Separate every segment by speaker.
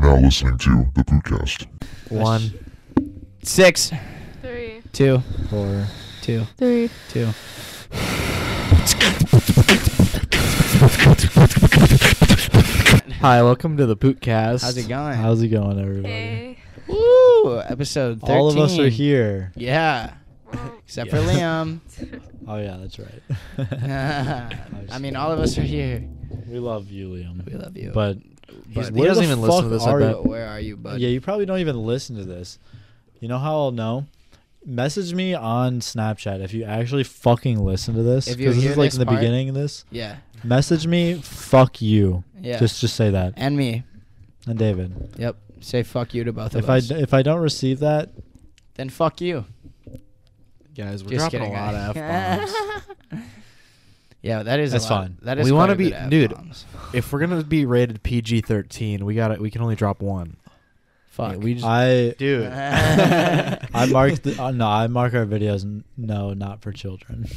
Speaker 1: now listening to the Pootcast.
Speaker 2: One, six,
Speaker 3: Three.
Speaker 2: two,
Speaker 4: Four.
Speaker 2: two,
Speaker 3: Three.
Speaker 2: two.
Speaker 4: Hi, welcome to the Pootcast.
Speaker 2: How's it going?
Speaker 4: How's it going, everybody?
Speaker 3: Hey.
Speaker 2: Woo! Episode 13.
Speaker 4: All of us are here.
Speaker 2: Yeah. Except for
Speaker 4: Yeah.
Speaker 2: Liam.
Speaker 4: Oh yeah, that's right.
Speaker 2: I mean, all of us are here.
Speaker 4: We love you, Liam.
Speaker 2: We love you.
Speaker 4: But,
Speaker 2: He's-
Speaker 4: but
Speaker 2: he
Speaker 4: where
Speaker 2: doesn't
Speaker 4: the
Speaker 5: even listen
Speaker 4: fuck
Speaker 5: to this, I
Speaker 4: Are
Speaker 5: bet.
Speaker 4: you?
Speaker 2: where are you, bud?
Speaker 4: Yeah, you probably don't even listen to this. You know how I'll know? Message me on Snapchat if you actually fucking listen to this.
Speaker 2: If you
Speaker 4: Because this
Speaker 2: hear
Speaker 4: is like
Speaker 2: this
Speaker 4: in the
Speaker 2: part-
Speaker 4: beginning of this.
Speaker 2: yeah.
Speaker 4: Message me, fuck you.
Speaker 2: Yeah.
Speaker 4: Just just say that.
Speaker 2: and me.
Speaker 4: And David.
Speaker 2: Yep. Say fuck you to both
Speaker 4: If
Speaker 2: of
Speaker 4: I
Speaker 2: us.
Speaker 4: d- if I don't receive that,
Speaker 2: then fuck you.
Speaker 5: Guys, we're
Speaker 2: Just
Speaker 5: dropping
Speaker 2: kidding,
Speaker 5: a lot of
Speaker 2: guys.
Speaker 5: f bombs.
Speaker 2: Yeah, that is a
Speaker 4: That's
Speaker 2: lot-
Speaker 4: fine.
Speaker 2: That is
Speaker 5: We
Speaker 2: quite
Speaker 5: wanna
Speaker 2: a bit
Speaker 5: be-
Speaker 2: of
Speaker 5: dude.
Speaker 2: F-bombs.
Speaker 5: if we're gonna be rated PG thirteen, we got to We can only drop one.
Speaker 2: Fuck.
Speaker 5: Yeah, we just
Speaker 4: I
Speaker 5: dude.
Speaker 4: I mark the uh, no, I mark our videos n- no, not for children.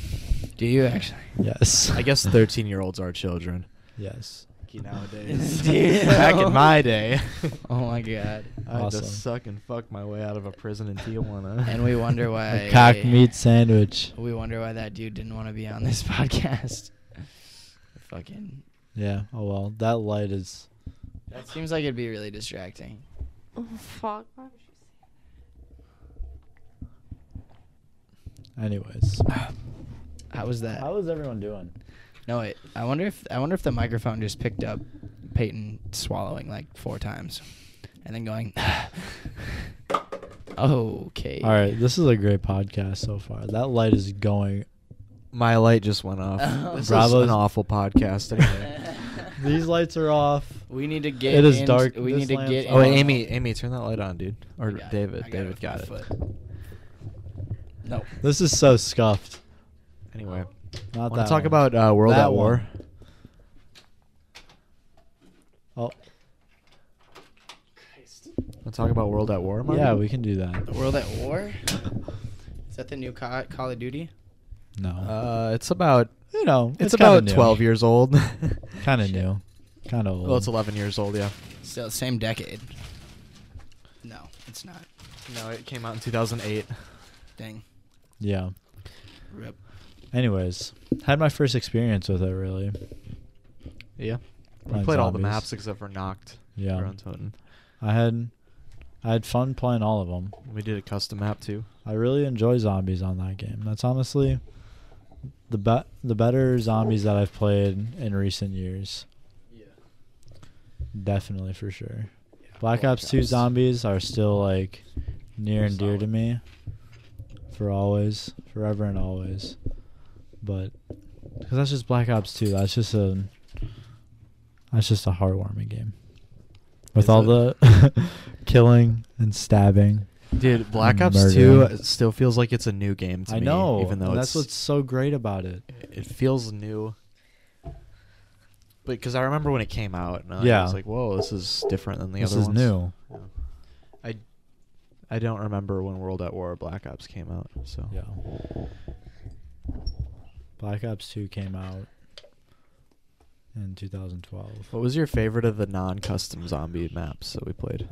Speaker 2: Do you actually?
Speaker 4: Yes.
Speaker 5: I guess thirteen year olds are children.
Speaker 4: Yes.
Speaker 5: Nowadays,
Speaker 2: Dude.
Speaker 5: back in my day,
Speaker 2: Oh my god.
Speaker 5: I had
Speaker 4: Awesome.
Speaker 5: to suck and fuck my way out of a prison in Tijuana.
Speaker 2: And we wonder
Speaker 4: A
Speaker 2: why
Speaker 4: cock meat sandwich.
Speaker 2: We wonder why that dude didn't want to be on this podcast. Fucking.
Speaker 4: Yeah. Oh well, that light is
Speaker 2: That seems like it'd be really distracting.
Speaker 3: Fuck. Why would you say-
Speaker 4: anyways.
Speaker 2: How was that?
Speaker 4: is everyone doing?
Speaker 2: No wait. I wonder if I wonder if the microphone just picked up Peyton swallowing like four times, and then going. okay.
Speaker 4: All right, this is a great podcast so far. That light is going.
Speaker 5: my light just went off.
Speaker 2: Oh.
Speaker 5: This
Speaker 4: Bravo's-
Speaker 5: is an awful podcast. Anyway.
Speaker 4: These lights are off.
Speaker 2: We need to get.
Speaker 4: It is
Speaker 2: in-
Speaker 4: dark.
Speaker 2: We
Speaker 4: This
Speaker 2: need to
Speaker 4: lamp's
Speaker 2: get.
Speaker 4: on.
Speaker 5: oh,
Speaker 2: in-
Speaker 5: wait, Amy, Amy, turn that light on, dude.
Speaker 2: I
Speaker 5: Or
Speaker 2: got it.
Speaker 5: David.
Speaker 2: I got
Speaker 5: David
Speaker 2: with
Speaker 5: got it.
Speaker 2: my foot. No.
Speaker 4: This is so scuffed.
Speaker 5: Anyway,
Speaker 4: Not
Speaker 5: want
Speaker 4: that
Speaker 5: to talk
Speaker 4: one.
Speaker 5: about uh, World
Speaker 4: That
Speaker 5: at War?
Speaker 4: one. Oh,
Speaker 5: Want to talk about World at War? Marty?
Speaker 4: yeah, we can do that.
Speaker 2: The world at war. Is that the new Ca- Call of Duty?
Speaker 4: No,
Speaker 5: Uh, it's about
Speaker 4: you know,
Speaker 5: it's,
Speaker 4: kinda
Speaker 5: about
Speaker 4: new.
Speaker 5: twelve years old.
Speaker 4: Kind of new, kind of old.
Speaker 5: Well, it's eleven years old. Yeah.
Speaker 2: Still same decade. No, it's not.
Speaker 5: No, it came out in two thousand eight.
Speaker 2: Dang.
Speaker 4: yeah.
Speaker 2: Rip.
Speaker 4: Anyways, had my first experience with it really.
Speaker 5: Yeah. We
Speaker 4: Playing
Speaker 5: played all the
Speaker 4: zombies.
Speaker 5: maps except for Noct.
Speaker 4: Yeah.
Speaker 5: We're on Totem.
Speaker 4: I had, I had fun playing all of them.
Speaker 5: We did a custom map too.
Speaker 4: I really enjoy zombies on that game. That's honestly the be- the better zombies that I've played in recent years.
Speaker 2: Yeah.
Speaker 4: Definitely for sure. Black Ops 2 zombies are still like near and dear to
Speaker 5: Solid.
Speaker 4: me for always, forever and always. But cuz that's just Black Ops 2. That's just a that's just a heartwarming game. With
Speaker 5: Is
Speaker 4: all
Speaker 5: it?
Speaker 4: the killing and stabbing.
Speaker 5: Dude, Black Ops
Speaker 4: Murder.
Speaker 5: 2 still feels like it's a new game to
Speaker 4: I
Speaker 5: me.
Speaker 4: know.
Speaker 5: Even though
Speaker 4: and
Speaker 5: it's,
Speaker 4: that's what's so great about it.
Speaker 5: it feels new. But because I remember when it came out, and I
Speaker 4: Yeah.
Speaker 5: was like, "Whoa, this is different than the
Speaker 4: this
Speaker 5: other
Speaker 4: is
Speaker 5: ones."
Speaker 4: new.
Speaker 5: I I don't remember when World at War or Black Ops came out. So
Speaker 4: Yeah. Black Ops 2 came out in 2012.
Speaker 5: What was your favorite of the non-custom zombie maps that we played?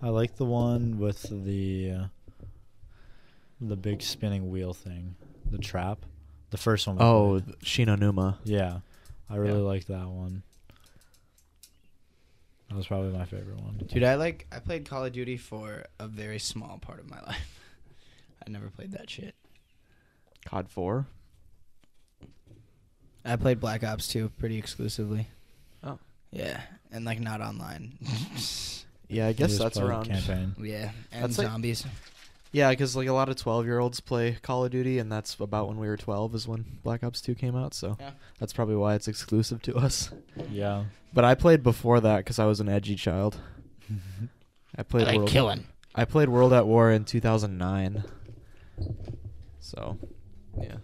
Speaker 4: I like the one with the uh, the big spinning wheel thing, the trap. The first one. we
Speaker 5: Oh,
Speaker 4: played.
Speaker 5: th- Shinonuma.
Speaker 4: yeah. I really
Speaker 5: Yeah.
Speaker 4: like that one. That was probably my favorite one.
Speaker 2: Dude, I like I played Call of Duty for a very small part of my life. I never played that shit.
Speaker 5: COD 4.
Speaker 2: I played Black Ops 2 pretty exclusively.
Speaker 5: Oh.
Speaker 2: Yeah, and like not online.
Speaker 5: Yeah, I
Speaker 4: I
Speaker 5: guess
Speaker 4: just
Speaker 5: that's
Speaker 4: played
Speaker 5: around.
Speaker 4: campaign.
Speaker 2: yeah, and
Speaker 5: That's like-
Speaker 2: zombies.
Speaker 5: Yeah, because like a lot of twelve-year-olds play Call of Duty, and that's about when we were twelve is when Black Ops Two came out. So
Speaker 2: Yeah.
Speaker 5: that's probably why it's exclusive to us.
Speaker 4: Yeah.
Speaker 5: But I played before that because I was an edgy child. I played
Speaker 2: I like
Speaker 5: World.
Speaker 2: killing.
Speaker 5: I played World at War in two thousand nine. So, yeah.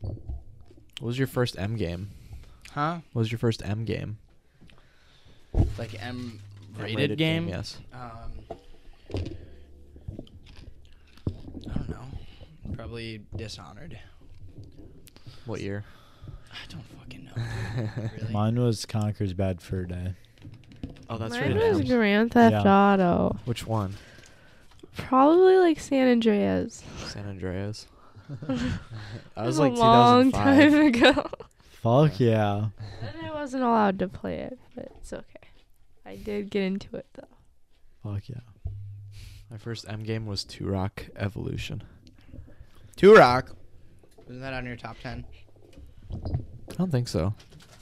Speaker 5: What was your first M game?
Speaker 2: Huh?
Speaker 5: What was your first M game?
Speaker 2: Like M rated,
Speaker 5: M-rated
Speaker 2: game?
Speaker 5: Yes.
Speaker 2: Um I don't know. Probably Dishonored.
Speaker 5: What year?
Speaker 2: I don't fucking know. dude. Really?
Speaker 4: Mine was Conquer's Bad Fur Day.
Speaker 5: Oh, that's
Speaker 3: Mine
Speaker 5: right.
Speaker 3: was
Speaker 5: Adams.
Speaker 3: Grand Theft
Speaker 4: Yeah.
Speaker 3: Auto.
Speaker 5: Which one?
Speaker 3: Probably like San Andreas.
Speaker 5: San Andreas. I
Speaker 3: That
Speaker 5: was like
Speaker 3: a long
Speaker 5: 2005.
Speaker 3: time ago.
Speaker 4: Fuck yeah.
Speaker 3: and I wasn't allowed to play it, but it's okay. I did get into it though.
Speaker 4: Fuck yeah.
Speaker 5: My first M game was Two Rock Evolution.
Speaker 2: Two Rock. Isn't that on your top ten?
Speaker 5: I don't think so.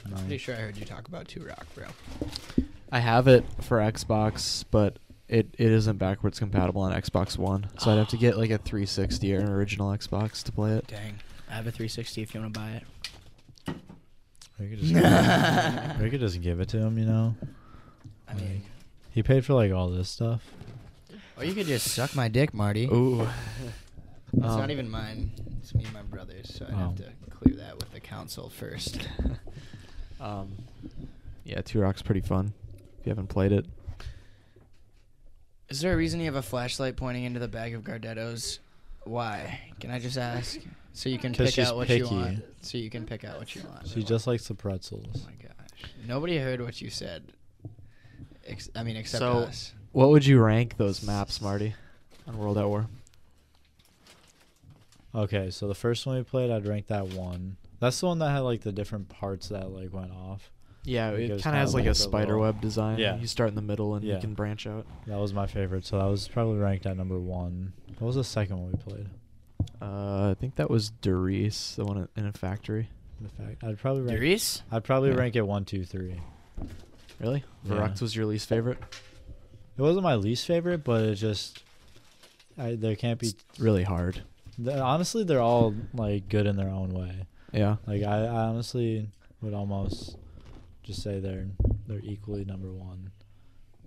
Speaker 2: Pretty
Speaker 4: Nice.
Speaker 2: sure I heard you talk about Two Rock, bro.
Speaker 5: I have it for Xbox, but it, it isn't backwards compatible on Xbox One, so I'd have to get like a 360 or an original Xbox to play it.
Speaker 2: Dang. I have a 360 if you want to buy it.
Speaker 4: We could just, we could just give it to him, you know.
Speaker 2: I mean,
Speaker 4: He paid for like all this stuff.
Speaker 2: or you could just suck my dick, Marty.
Speaker 5: Ooh,
Speaker 2: It's
Speaker 5: Um,
Speaker 2: not even mine. It's me and my brother's, so I would
Speaker 4: Oh.
Speaker 2: have to clear that with the council first.
Speaker 5: um, yeah, Two Rock's pretty fun. If you haven't played it,
Speaker 2: Is there a reason you have a flashlight pointing into the bag of Gardettos? Why? Can I just ask? So you can
Speaker 4: 'Cause
Speaker 2: pick
Speaker 4: she's
Speaker 2: out what you
Speaker 4: picky.
Speaker 2: want. So you can pick out what you want.
Speaker 4: She just likes the pretzels.
Speaker 2: Oh my gosh. Nobody heard what you said. Ex- I mean, except
Speaker 5: So-
Speaker 2: us.
Speaker 5: what would you rank those maps, Marty, on World at War?
Speaker 4: Okay, so the first one we played, I'd rank that one. That's the one that had like the different parts that like went off.
Speaker 5: Yeah,
Speaker 4: It
Speaker 5: it,
Speaker 4: goes
Speaker 5: kind of
Speaker 4: down
Speaker 5: has like
Speaker 4: like the
Speaker 5: a
Speaker 4: little-
Speaker 5: spider web design.
Speaker 4: Yeah.
Speaker 5: you start in the middle and
Speaker 4: Yeah.
Speaker 5: you can branch out.
Speaker 4: That was my favorite. So that was probably ranked at number one. What was the second one we played?
Speaker 5: Uh, I think that was Doris, the one in a factory.
Speaker 4: In fact, I'd probably rank.
Speaker 2: Darius?
Speaker 4: I'd probably
Speaker 5: Yeah.
Speaker 4: rank it one, two, three.
Speaker 5: Really?
Speaker 4: Yeah.
Speaker 5: Varrox was your least favorite?
Speaker 4: It wasn't my least favorite, but it just, I there can't be.
Speaker 5: really hard.
Speaker 4: th honestly, they're all like good in their own way.
Speaker 5: Yeah.
Speaker 4: Like I, I honestly would almost just say they're they're equally number one.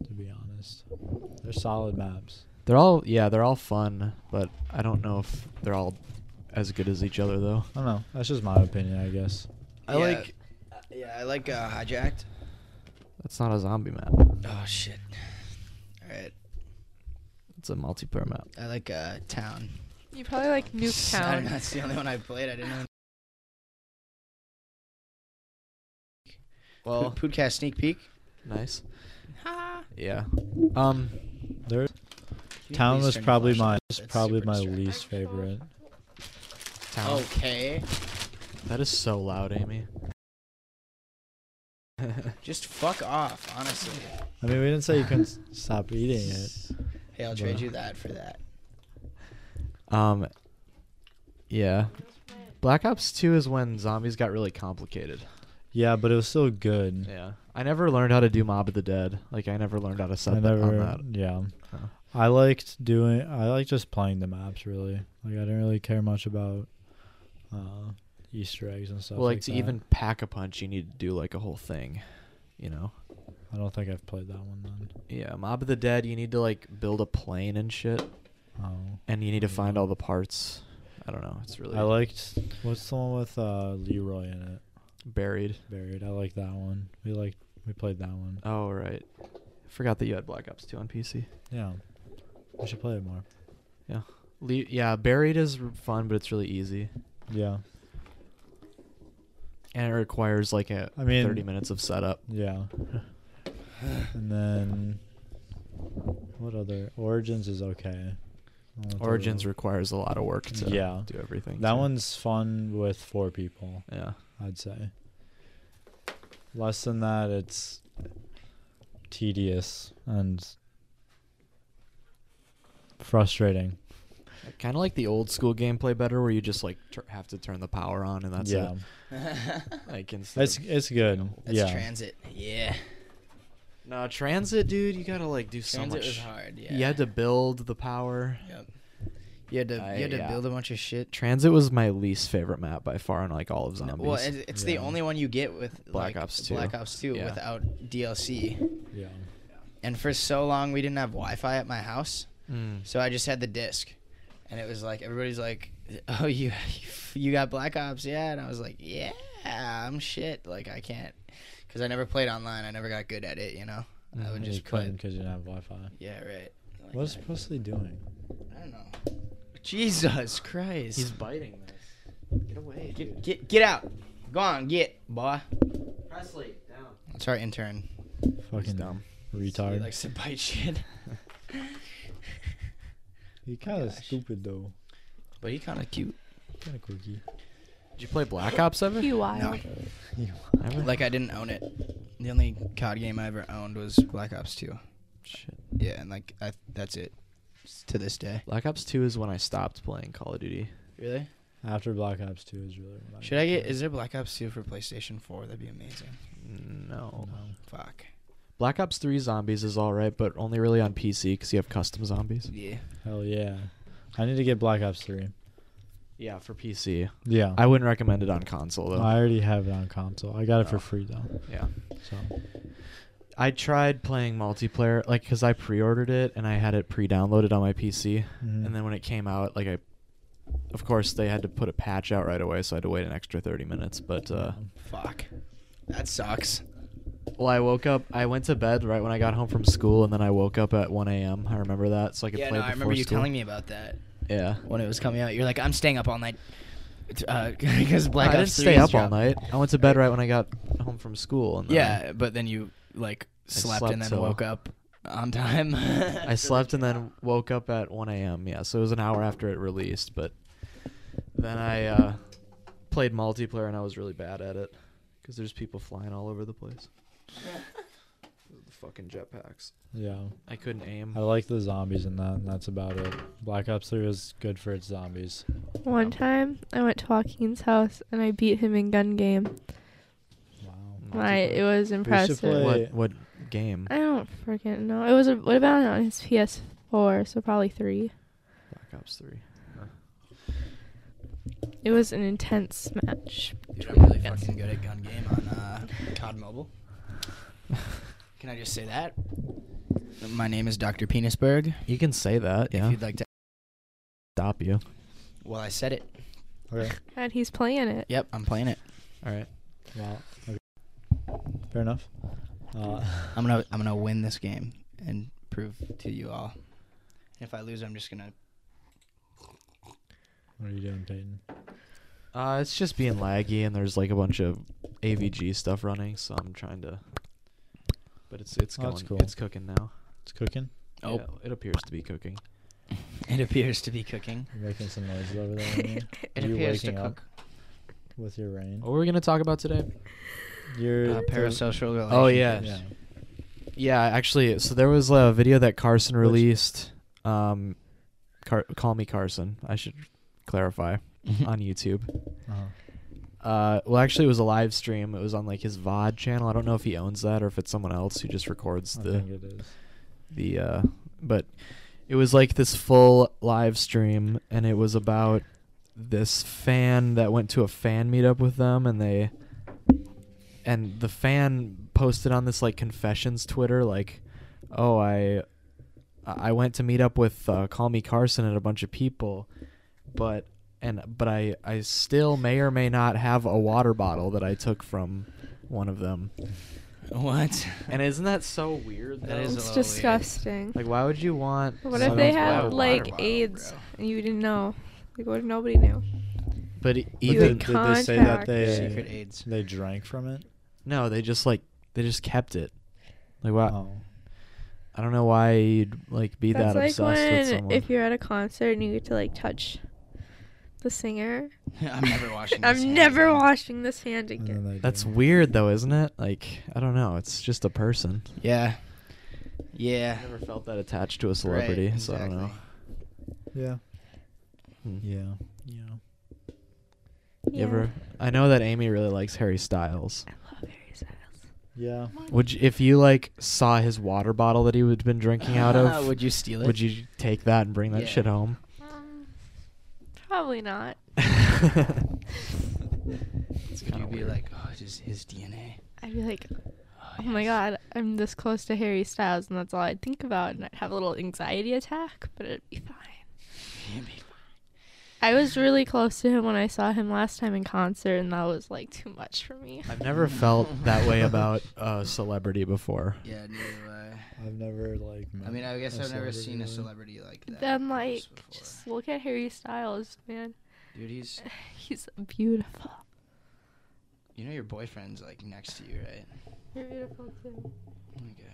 Speaker 4: To be honest, they're solid maps.
Speaker 5: They're all yeah, they're all fun, but I don't know if they're all as good as each other though.
Speaker 4: I don't know. That's just my opinion, I guess.
Speaker 5: I like-
Speaker 2: Yeah, I like uh, hijacked.
Speaker 5: That's not a zombie map.
Speaker 2: Oh shit. All right,
Speaker 5: It's a multiplayer map.
Speaker 2: I like uh, town.
Speaker 3: You probably like Nuke
Speaker 2: I don't know,
Speaker 3: Town.
Speaker 2: That's the only one I played. I didn't know.
Speaker 5: Well,
Speaker 2: Podcast sneak peek.
Speaker 5: nice.
Speaker 3: Ha.
Speaker 5: Yeah. Um
Speaker 4: There, town was probably my was probably my least favorite.
Speaker 5: town.
Speaker 2: Okay,
Speaker 5: That is so loud, Amy.
Speaker 2: just fuck off, honestly.
Speaker 4: I mean, we didn't say you couldn't s- stop eating it.
Speaker 2: Hey, I'll trade you that for that.
Speaker 5: um Yeah. Black Ops 2 is when zombies got really complicated.
Speaker 4: Yeah, but it was still good.
Speaker 5: Yeah. I never learned how to do Mob of the Dead. Like I never learned how to set
Speaker 4: I
Speaker 5: that on
Speaker 4: never.
Speaker 5: that.
Speaker 4: Yeah,
Speaker 5: Oh.
Speaker 4: I liked doing. I liked just playing the maps. Really, like I didn't really care much about uh, Easter eggs and stuff.
Speaker 5: Well, like,
Speaker 4: like
Speaker 5: to
Speaker 4: that.
Speaker 5: even pack a punch, you need to do like a whole thing, you know.
Speaker 4: I don't think I've played that one then.
Speaker 5: Yeah, Mob of the Dead, you need to like build a plane and shit,
Speaker 4: Oh.
Speaker 5: and you need to find all the parts. I don't know. It's really
Speaker 4: I liked what's the one with uh, Leroy in it?
Speaker 5: buried.
Speaker 4: Buried. I like that one. We like we played that one.
Speaker 5: Oh right, forgot that you had Black Ops 2 on PC.
Speaker 4: Yeah, we should play it more.
Speaker 5: Le- yeah, buried is r- fun, but it's really easy,
Speaker 4: Yeah,
Speaker 5: and it requires like a
Speaker 4: I mean-
Speaker 5: 30 minutes of setup.
Speaker 4: yeah. and then what other Origins is okay. I don't think
Speaker 5: Origins
Speaker 4: it-
Speaker 5: requires a lot of work to
Speaker 4: Yeah.
Speaker 5: do everything.
Speaker 4: that
Speaker 5: so-
Speaker 4: one's fun with four people.
Speaker 5: Yeah.
Speaker 4: I'd say. Less than that, it's tedious and frustrating.
Speaker 5: Kind of like the old school gameplay better, where you just like tur have to turn the power on and that's
Speaker 4: yeah,
Speaker 5: it. Like instead
Speaker 4: it's
Speaker 5: of-
Speaker 4: it's good.
Speaker 2: That's
Speaker 4: yeah,
Speaker 2: transit. Yeah.
Speaker 5: No, transit, dude, you gotta like do so
Speaker 2: transit
Speaker 5: much.
Speaker 2: was hard. Yeah.
Speaker 5: You had to build the power.
Speaker 2: Yep. You had to.
Speaker 5: I-
Speaker 2: you had to
Speaker 5: yeah.
Speaker 2: build a bunch of shit.
Speaker 5: Transit was my least favorite map by far on like all of zombies.
Speaker 2: Well, it- it's the
Speaker 4: Yeah.
Speaker 2: only one you get with
Speaker 5: Black
Speaker 2: like,
Speaker 5: Ops 2.
Speaker 2: Black Ops Two
Speaker 5: Yeah.
Speaker 2: without DLC.
Speaker 4: yeah.
Speaker 2: And for so long, we didn't have Wi-Fi at my house,
Speaker 5: Mm.
Speaker 2: so I just had the disc, and it was like everybody's like, "Oh, you, you got Black Ops, yeah?" And I was like, "Yeah, I'm shit. Like I can't, because I never played online. I never got good at it. You know, I would
Speaker 4: And
Speaker 2: Mm-hmm. just
Speaker 4: you couldn't
Speaker 2: quit.
Speaker 4: because you didn't have Wi-Fi.
Speaker 2: Yeah, right. Like,
Speaker 4: What's
Speaker 2: I-
Speaker 4: Presley doing?
Speaker 2: I don't know. Jesus Christ.
Speaker 5: He's biting this. Get away,
Speaker 2: Get, get get out. Go on, get, boy.
Speaker 5: Presley, down.
Speaker 2: That's our intern.
Speaker 4: Fucking
Speaker 5: dumb.
Speaker 4: Retard.
Speaker 2: He likes to bite shit.
Speaker 4: He kind of
Speaker 2: gosh.
Speaker 4: stupid though.
Speaker 2: But he kind of cute.
Speaker 4: Kind of quirky.
Speaker 5: Did you play Black Ops ever?
Speaker 3: You wild.
Speaker 2: No.
Speaker 5: Ever?
Speaker 2: Like I didn't own it. The only COD game I ever owned was Black Ops 2.
Speaker 5: Shit.
Speaker 2: Yeah, and like I, that's it. S- To this day.
Speaker 5: Black Ops 2 is when I stopped playing Call of Duty.
Speaker 2: Really?
Speaker 4: After Black Ops Two is really. when
Speaker 2: Should I get?
Speaker 4: played.
Speaker 2: Is there Black Ops 2 for PlayStation 4? That'd be amazing.
Speaker 5: No.
Speaker 4: No.
Speaker 2: Fuck.
Speaker 5: Black Ops 3 Zombies is alright, but only really on PC because you have custom zombies.
Speaker 2: Yeah.
Speaker 4: Hell yeah. I need to get Black Ops Three.
Speaker 5: Yeah, for PC.
Speaker 4: Yeah.
Speaker 5: I wouldn't recommend it on console, though.
Speaker 4: I already have it on console. I got it for
Speaker 5: Oh.
Speaker 4: free though.
Speaker 5: yeah.
Speaker 4: So
Speaker 5: I tried playing multiplayer, like, because I pre ordered it and I had it pre downloaded on my PC.
Speaker 4: Mhm.
Speaker 5: And then when it came out, like, I. Of course, they had to put a patch out right away, so I had to wait an extra 30 minutes. But, uh.
Speaker 2: Mm-hmm. Fuck. That sucks.
Speaker 5: Well, I woke up. I went to bed right when I got home from school, and then I woke up at 1 a.m. I remember that, so I could
Speaker 2: yeah,
Speaker 5: play
Speaker 2: no,
Speaker 5: before
Speaker 2: I remember you
Speaker 5: school.
Speaker 2: telling me about that
Speaker 5: Yeah.
Speaker 2: when it was coming out. You're like, I'm staying up all night. uh, Because Black
Speaker 5: I
Speaker 2: Ops 3
Speaker 5: didn't stay
Speaker 2: is
Speaker 5: up all
Speaker 2: dropped.
Speaker 5: night. I went to bed right when I got home from school. And then
Speaker 2: Yeah, but then you like slept,
Speaker 5: slept
Speaker 2: and then
Speaker 5: till-
Speaker 2: woke up on time.
Speaker 5: I, I slept and then woke up at 1 a.m. Yeah, so it was an hour after it released, but then I uh, played multiplayer and I was really bad at it because there's people flying all over the place. the fucking jetpacks.
Speaker 4: yeah,
Speaker 5: I couldn't aim.
Speaker 4: I like the zombies in that, and that's about it. Black Ops Three was good for its zombies.
Speaker 3: One time, I went to Joaquin's house and I beat him in gun game.
Speaker 4: Wow.
Speaker 2: Mm.
Speaker 3: I, it
Speaker 5: Multiplayer.
Speaker 3: was
Speaker 4: play-
Speaker 3: impressive.
Speaker 5: What, what game?
Speaker 3: I don't freaking know. It was a, what about on his PS4? So probably three.
Speaker 5: Black Ops 3.
Speaker 3: It was an intense match.
Speaker 2: Dude, I'm really fucking good at gun game on uh, COD Mobile. Can I just say that? My name is Dr. Penisberg.
Speaker 5: You can say that,
Speaker 2: If
Speaker 5: yeah.
Speaker 2: you'd like to.
Speaker 5: Stop you.
Speaker 2: Well, I said it.
Speaker 4: Okay.
Speaker 3: And he's playing it.
Speaker 2: Yep, I'm playing it.
Speaker 5: All right.
Speaker 4: Wow. Okay. Fair enough. Uh,
Speaker 2: I'm gonna I'm gonna win this game and prove to you all. If I lose, I'm just gonna.
Speaker 4: what are you doing, Peyton?
Speaker 5: Uh, it's just being laggy, and there's like a bunch of AVG stuff running, so I'm trying to. But it's it's
Speaker 4: Oh,
Speaker 5: going,
Speaker 4: that's cool.
Speaker 5: it's cooking now.
Speaker 4: It's cooking.
Speaker 2: Oh,
Speaker 5: Yeah, it appears to be cooking.
Speaker 2: it appears to be cooking.
Speaker 4: You're making some noises over there. I mean,
Speaker 2: It
Speaker 4: You
Speaker 2: appears to
Speaker 4: waking up?
Speaker 2: cook.
Speaker 4: with your rain.
Speaker 5: What were we gonna talk about today?
Speaker 4: Your
Speaker 2: Uh, parasocial relationship.
Speaker 5: Oh, yeah.
Speaker 4: Yeah.
Speaker 5: Yeah, actually, so there was a video that Carson
Speaker 4: Which-
Speaker 5: released. Um, Car- call me Carson. I should clarify on YouTube.
Speaker 4: Uh-huh.
Speaker 5: Uh, well, actually, it was a live stream. It was on like his VOD channel. I don't know if he owns that or if it's someone else who just records
Speaker 4: I
Speaker 5: the
Speaker 4: think it is.
Speaker 5: the uh but it was like this full live stream and it was about this fan that went to a fan meetup with them and they and the fan posted on this like confessions twitter like oh i i went to meet up with uh, call me carson and a bunch of people but and but i i still may or may not have a water bottle that i took from one of them
Speaker 2: What?
Speaker 5: and isn't that so weird
Speaker 2: That is
Speaker 5: though?
Speaker 2: a
Speaker 3: It's
Speaker 2: little weird.
Speaker 3: disgusting.
Speaker 5: Like, why would you want?
Speaker 3: what if
Speaker 5: someone's
Speaker 3: they
Speaker 5: water
Speaker 3: had
Speaker 5: bottle?
Speaker 3: like
Speaker 2: bottle,
Speaker 3: AIDS
Speaker 2: bro.
Speaker 3: and you didn't know? Like what if nobody knew?
Speaker 5: But e-
Speaker 3: You
Speaker 5: either
Speaker 3: would
Speaker 4: did they say that
Speaker 3: contact-
Speaker 4: they
Speaker 2: Secret AIDS.
Speaker 4: they drank from it?
Speaker 5: no, they just like they just kept it. Like, why?
Speaker 4: Oh.
Speaker 5: I don't know why you'd like be
Speaker 3: That's
Speaker 5: that
Speaker 3: like
Speaker 5: obsessed with
Speaker 3: when
Speaker 5: someone.
Speaker 3: if you're at a concert and you get to like touch the singer.
Speaker 2: I'm never watching.
Speaker 3: I'm
Speaker 2: this hand
Speaker 3: never
Speaker 2: again.
Speaker 3: washing this hand
Speaker 5: Mm.
Speaker 4: and then
Speaker 3: again.
Speaker 4: they
Speaker 5: That's
Speaker 4: drank.
Speaker 5: weird, though, isn't it? Like, I don't know. It's just a person.
Speaker 2: Yeah. Yeah.
Speaker 5: I never felt that attached to a celebrity,
Speaker 2: Right,
Speaker 5: so I don't know.
Speaker 4: Yeah.
Speaker 5: Hmm.
Speaker 4: Yeah. Yeah.
Speaker 5: You ever? I know that Amy really likes Harry Styles.
Speaker 3: I love Harry Styles.
Speaker 4: Yeah.
Speaker 5: Would you, if you like saw his water bottle that he would been drinking out of?
Speaker 2: Would you steal it?
Speaker 5: would you take that and bring that
Speaker 2: Yeah.
Speaker 5: shit home?
Speaker 3: Um, probably not.
Speaker 5: it's
Speaker 2: Would
Speaker 5: kinda
Speaker 2: you be
Speaker 5: weird.
Speaker 2: like, oh, just his DNA?
Speaker 3: I'd be like,
Speaker 2: Oh,
Speaker 3: oh my
Speaker 2: yes."
Speaker 3: god, I'm this close to Harry Styles, and that's all I'd think about, and I'd have a little anxiety attack, but it'd be fine.
Speaker 2: Yeah, babe.
Speaker 3: I was really close to him when I saw him last time in concert, and that was like too much for me.
Speaker 5: I've never felt that way about a celebrity before.
Speaker 2: Yeah, neither do I.
Speaker 4: I've never like.
Speaker 2: I
Speaker 4: met
Speaker 2: mean, I guess
Speaker 4: a
Speaker 2: I've never seen a
Speaker 4: really.
Speaker 2: celebrity like that.
Speaker 3: Then, like,
Speaker 2: close before.
Speaker 3: just look at Harry Styles, man.
Speaker 2: dude, he's
Speaker 3: He's beautiful.
Speaker 2: you know your boyfriend's like next to you, right?
Speaker 3: You're beautiful too.
Speaker 2: Oh my god.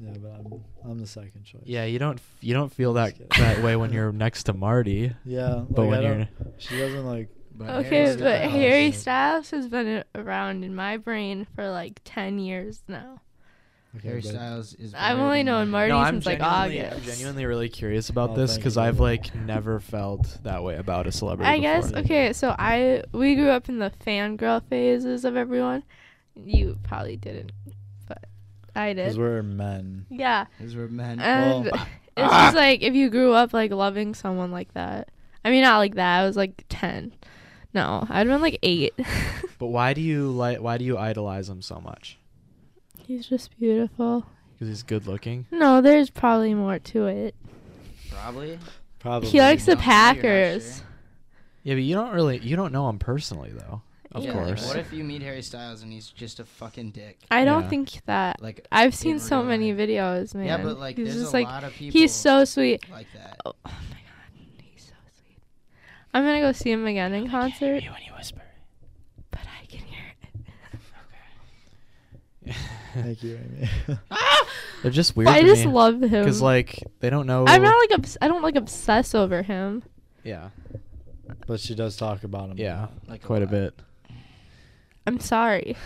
Speaker 4: Yeah, but I'm I'm the second choice.
Speaker 5: Yeah, you don't f- you don't feel that
Speaker 4: Just kidding.
Speaker 5: that way when you're next to Marty,
Speaker 4: Yeah,
Speaker 5: but
Speaker 4: like,
Speaker 5: when
Speaker 4: I
Speaker 5: you're
Speaker 4: don't- she doesn't like
Speaker 2: But
Speaker 3: Okay,
Speaker 2: Harry
Speaker 3: but
Speaker 2: Styles-
Speaker 3: Harry Styles has been a- around in my brain for like ten years now.
Speaker 4: okay,
Speaker 2: Harry
Speaker 4: but-
Speaker 2: Styles is.
Speaker 3: I've
Speaker 2: better
Speaker 3: only
Speaker 2: than
Speaker 3: known
Speaker 2: me.
Speaker 3: Marty
Speaker 5: no, I'm
Speaker 3: since like
Speaker 5: genuinely, I'm
Speaker 3: August.
Speaker 5: genuinely really curious about
Speaker 4: Oh,
Speaker 5: this
Speaker 4: thank
Speaker 5: because
Speaker 4: you.
Speaker 5: I've like never felt that way about a celebrity.
Speaker 3: I guess
Speaker 5: before.
Speaker 3: okay, so I we grew up in the fangirl phases of everyone. You probably didn't, but I
Speaker 4: Because
Speaker 3: did.
Speaker 4: we're men.
Speaker 3: Yeah,
Speaker 2: These were men.
Speaker 3: and
Speaker 4: Well-
Speaker 3: it's
Speaker 2: Ah!
Speaker 3: just like if you grew up like loving someone like that. I mean, not like that. I was like ten. No, I'd been like eight.
Speaker 5: But why do you like? Why do you idolize him so much?
Speaker 3: He's just beautiful.
Speaker 5: Because he's good looking.
Speaker 3: No, there's probably more to it.
Speaker 2: Probably.
Speaker 4: Probably.
Speaker 3: He likes the
Speaker 2: Don't know, you're not sure.
Speaker 3: Packers.
Speaker 5: Yeah, but you don't really you don't know him personally though. Of
Speaker 3: Yeah.
Speaker 5: course.
Speaker 2: What if you meet Harry Styles and he's just a fucking dick?
Speaker 3: I don't
Speaker 5: Yeah.
Speaker 3: think that
Speaker 2: Like
Speaker 3: I've seen
Speaker 2: in
Speaker 3: so
Speaker 2: real
Speaker 3: many
Speaker 2: life.
Speaker 3: videos, man.
Speaker 2: Yeah, but like
Speaker 3: he's
Speaker 2: there's
Speaker 3: just
Speaker 2: a
Speaker 3: like
Speaker 2: lot of people.
Speaker 3: he's so sweet.
Speaker 2: like that.
Speaker 3: Oh, oh my god, he's so sweet. I'm gonna go see him again in concert,
Speaker 5: when you whisper.
Speaker 3: but I can hear it.
Speaker 4: Thank you, Amy.
Speaker 5: They're just weird.
Speaker 3: I
Speaker 5: to
Speaker 3: just
Speaker 5: me,
Speaker 3: love him.
Speaker 5: Cause like oh. they don't know.
Speaker 3: I'm not like obs- I don't like obsess over him.
Speaker 5: yeah.
Speaker 4: but she does talk about him.
Speaker 5: Yeah.
Speaker 2: Like
Speaker 5: quite a
Speaker 2: lot.
Speaker 5: bit.
Speaker 3: I'm sorry.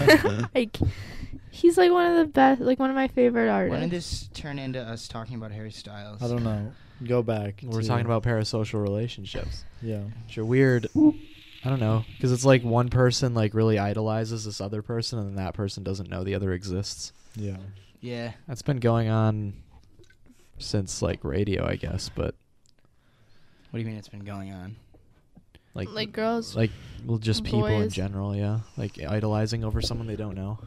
Speaker 3: like he's like one of the best, like one of my favorite artists.
Speaker 2: When did this turn into us talking about Harry Styles?
Speaker 4: I don't know. Go back.
Speaker 5: We're
Speaker 4: to-
Speaker 5: talking about parasocial relationships.
Speaker 4: Yeah.
Speaker 5: Which are weird. I don't know, because it's like one person like really idolizes this other person, and then that person doesn't know the other exists.
Speaker 4: Yeah.
Speaker 2: Yeah.
Speaker 5: That's been going on since like radio, I guess, but
Speaker 2: What do you mean it's been going on?
Speaker 5: like
Speaker 3: Like girls-
Speaker 5: like well, just people in
Speaker 3: Boys.
Speaker 5: general, yeah, like idolizing over someone they don't know.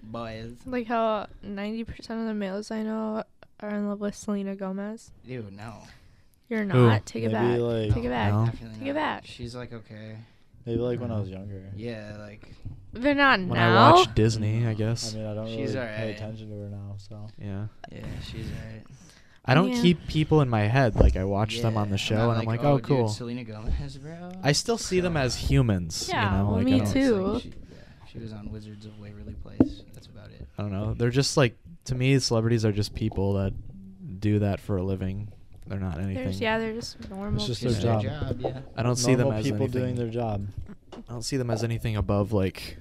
Speaker 2: Boys.
Speaker 3: like how 90% of the males I know are in love with Selena Gomez.
Speaker 2: Ew, no.
Speaker 3: You're
Speaker 5: Who?
Speaker 3: not. Take it
Speaker 4: Maybe,
Speaker 3: back.
Speaker 4: like-
Speaker 3: Take it
Speaker 2: No,
Speaker 3: back.
Speaker 5: No.
Speaker 2: definitely
Speaker 3: Take it
Speaker 2: not.
Speaker 3: back.
Speaker 2: She's like okay.
Speaker 4: Maybe like when I was younger.
Speaker 2: Yeah, like
Speaker 3: They're not
Speaker 5: When
Speaker 3: now.
Speaker 5: I watch Disney, I
Speaker 4: I
Speaker 5: guess,
Speaker 4: mean, I don't
Speaker 2: She's
Speaker 4: really pay
Speaker 2: alright.
Speaker 4: attention to her now, so.
Speaker 5: yeah.
Speaker 2: yeah, she's alright.
Speaker 5: I don't
Speaker 3: Yeah.
Speaker 5: keep people in my head. Like I watch them
Speaker 2: Yeah,
Speaker 5: on the
Speaker 2: I'm
Speaker 5: show,
Speaker 2: not
Speaker 5: and I'm like, oh,
Speaker 2: dude,
Speaker 5: cool.
Speaker 2: Selena Gomez, bro.
Speaker 5: I still see them as humans.
Speaker 3: Yeah,
Speaker 5: you know?
Speaker 3: well,
Speaker 5: like, I
Speaker 3: me
Speaker 5: don't-
Speaker 2: it's
Speaker 3: too.
Speaker 2: she, yeah, she was on Wizards of Waverly Place. That's about it.
Speaker 5: I don't know. They're just like to me, celebrities are just people that do that for a living. They're not anything.
Speaker 3: There's, yeah, they're just normal.
Speaker 4: just
Speaker 3: people.
Speaker 4: their
Speaker 2: It's their
Speaker 4: job.
Speaker 2: job, yeah.
Speaker 5: I don't see them
Speaker 4: Normal
Speaker 5: as
Speaker 4: people
Speaker 5: anything.
Speaker 4: doing their job.
Speaker 5: I don't see them as anything above like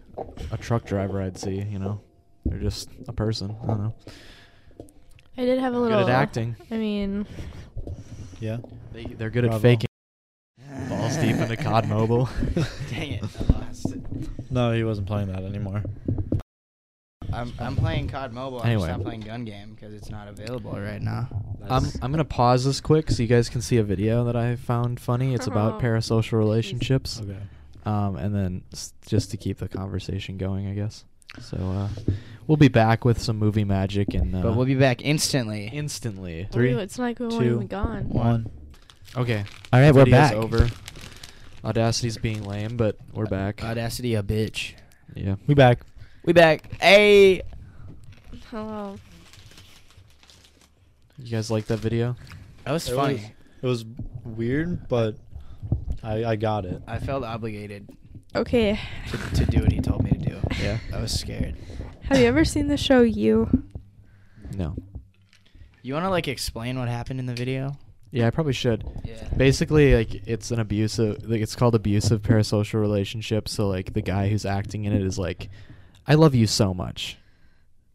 Speaker 5: a truck driver. I'd see. You know, they're just a person. I don't know.
Speaker 3: I did have a
Speaker 5: Good
Speaker 3: little
Speaker 5: at acting.
Speaker 3: I mean,
Speaker 4: Yeah.
Speaker 5: They they're good at
Speaker 4: Bravo.
Speaker 5: faking. Balls deep into COD Mobile.
Speaker 2: Dang it, I lost it.
Speaker 4: No, he wasn't playing that anymore.
Speaker 2: I'm, I'm playing COD Mobile.
Speaker 5: Anyway.
Speaker 2: I'm just not playing Gun Game because it's not available right now.
Speaker 5: I'm I'm gonna pause this quick so you guys can see a video that I found funny. It's about
Speaker 3: Oh,
Speaker 5: parasocial relationships.
Speaker 4: Okay.
Speaker 5: um, and then s- just to keep the conversation going, I guess. So uh, we'll be back with some movie magic and uh,
Speaker 2: But we'll be back instantly.
Speaker 5: instantly.
Speaker 3: Ooh,
Speaker 5: Three.
Speaker 3: it's not like we weren't
Speaker 5: two,
Speaker 3: even gone.
Speaker 4: One.
Speaker 5: Okay.
Speaker 2: All right, we're
Speaker 5: Video's
Speaker 2: back.
Speaker 5: Over. Audacity's being lame, but we're back.
Speaker 2: Audacity, a bitch.
Speaker 5: yeah.
Speaker 4: We back.
Speaker 2: We back. Hey.
Speaker 3: Hello.
Speaker 5: You guys like that video?
Speaker 2: That was
Speaker 4: It
Speaker 2: funny.
Speaker 4: was- It was weird, but I I got it.
Speaker 2: I felt obligated
Speaker 3: Okay.
Speaker 2: to, to do what he told me to do.
Speaker 5: Yeah.
Speaker 2: I was scared.
Speaker 3: Have you ever seen the show You?
Speaker 5: No.
Speaker 2: You want to like explain what happened in the video?
Speaker 5: Yeah, I probably should.
Speaker 2: Yeah.
Speaker 5: Basically, like it's an abusive. Like, it's called abusive parasocial relationship. So like the guy who's acting in it is like, "I love you so much.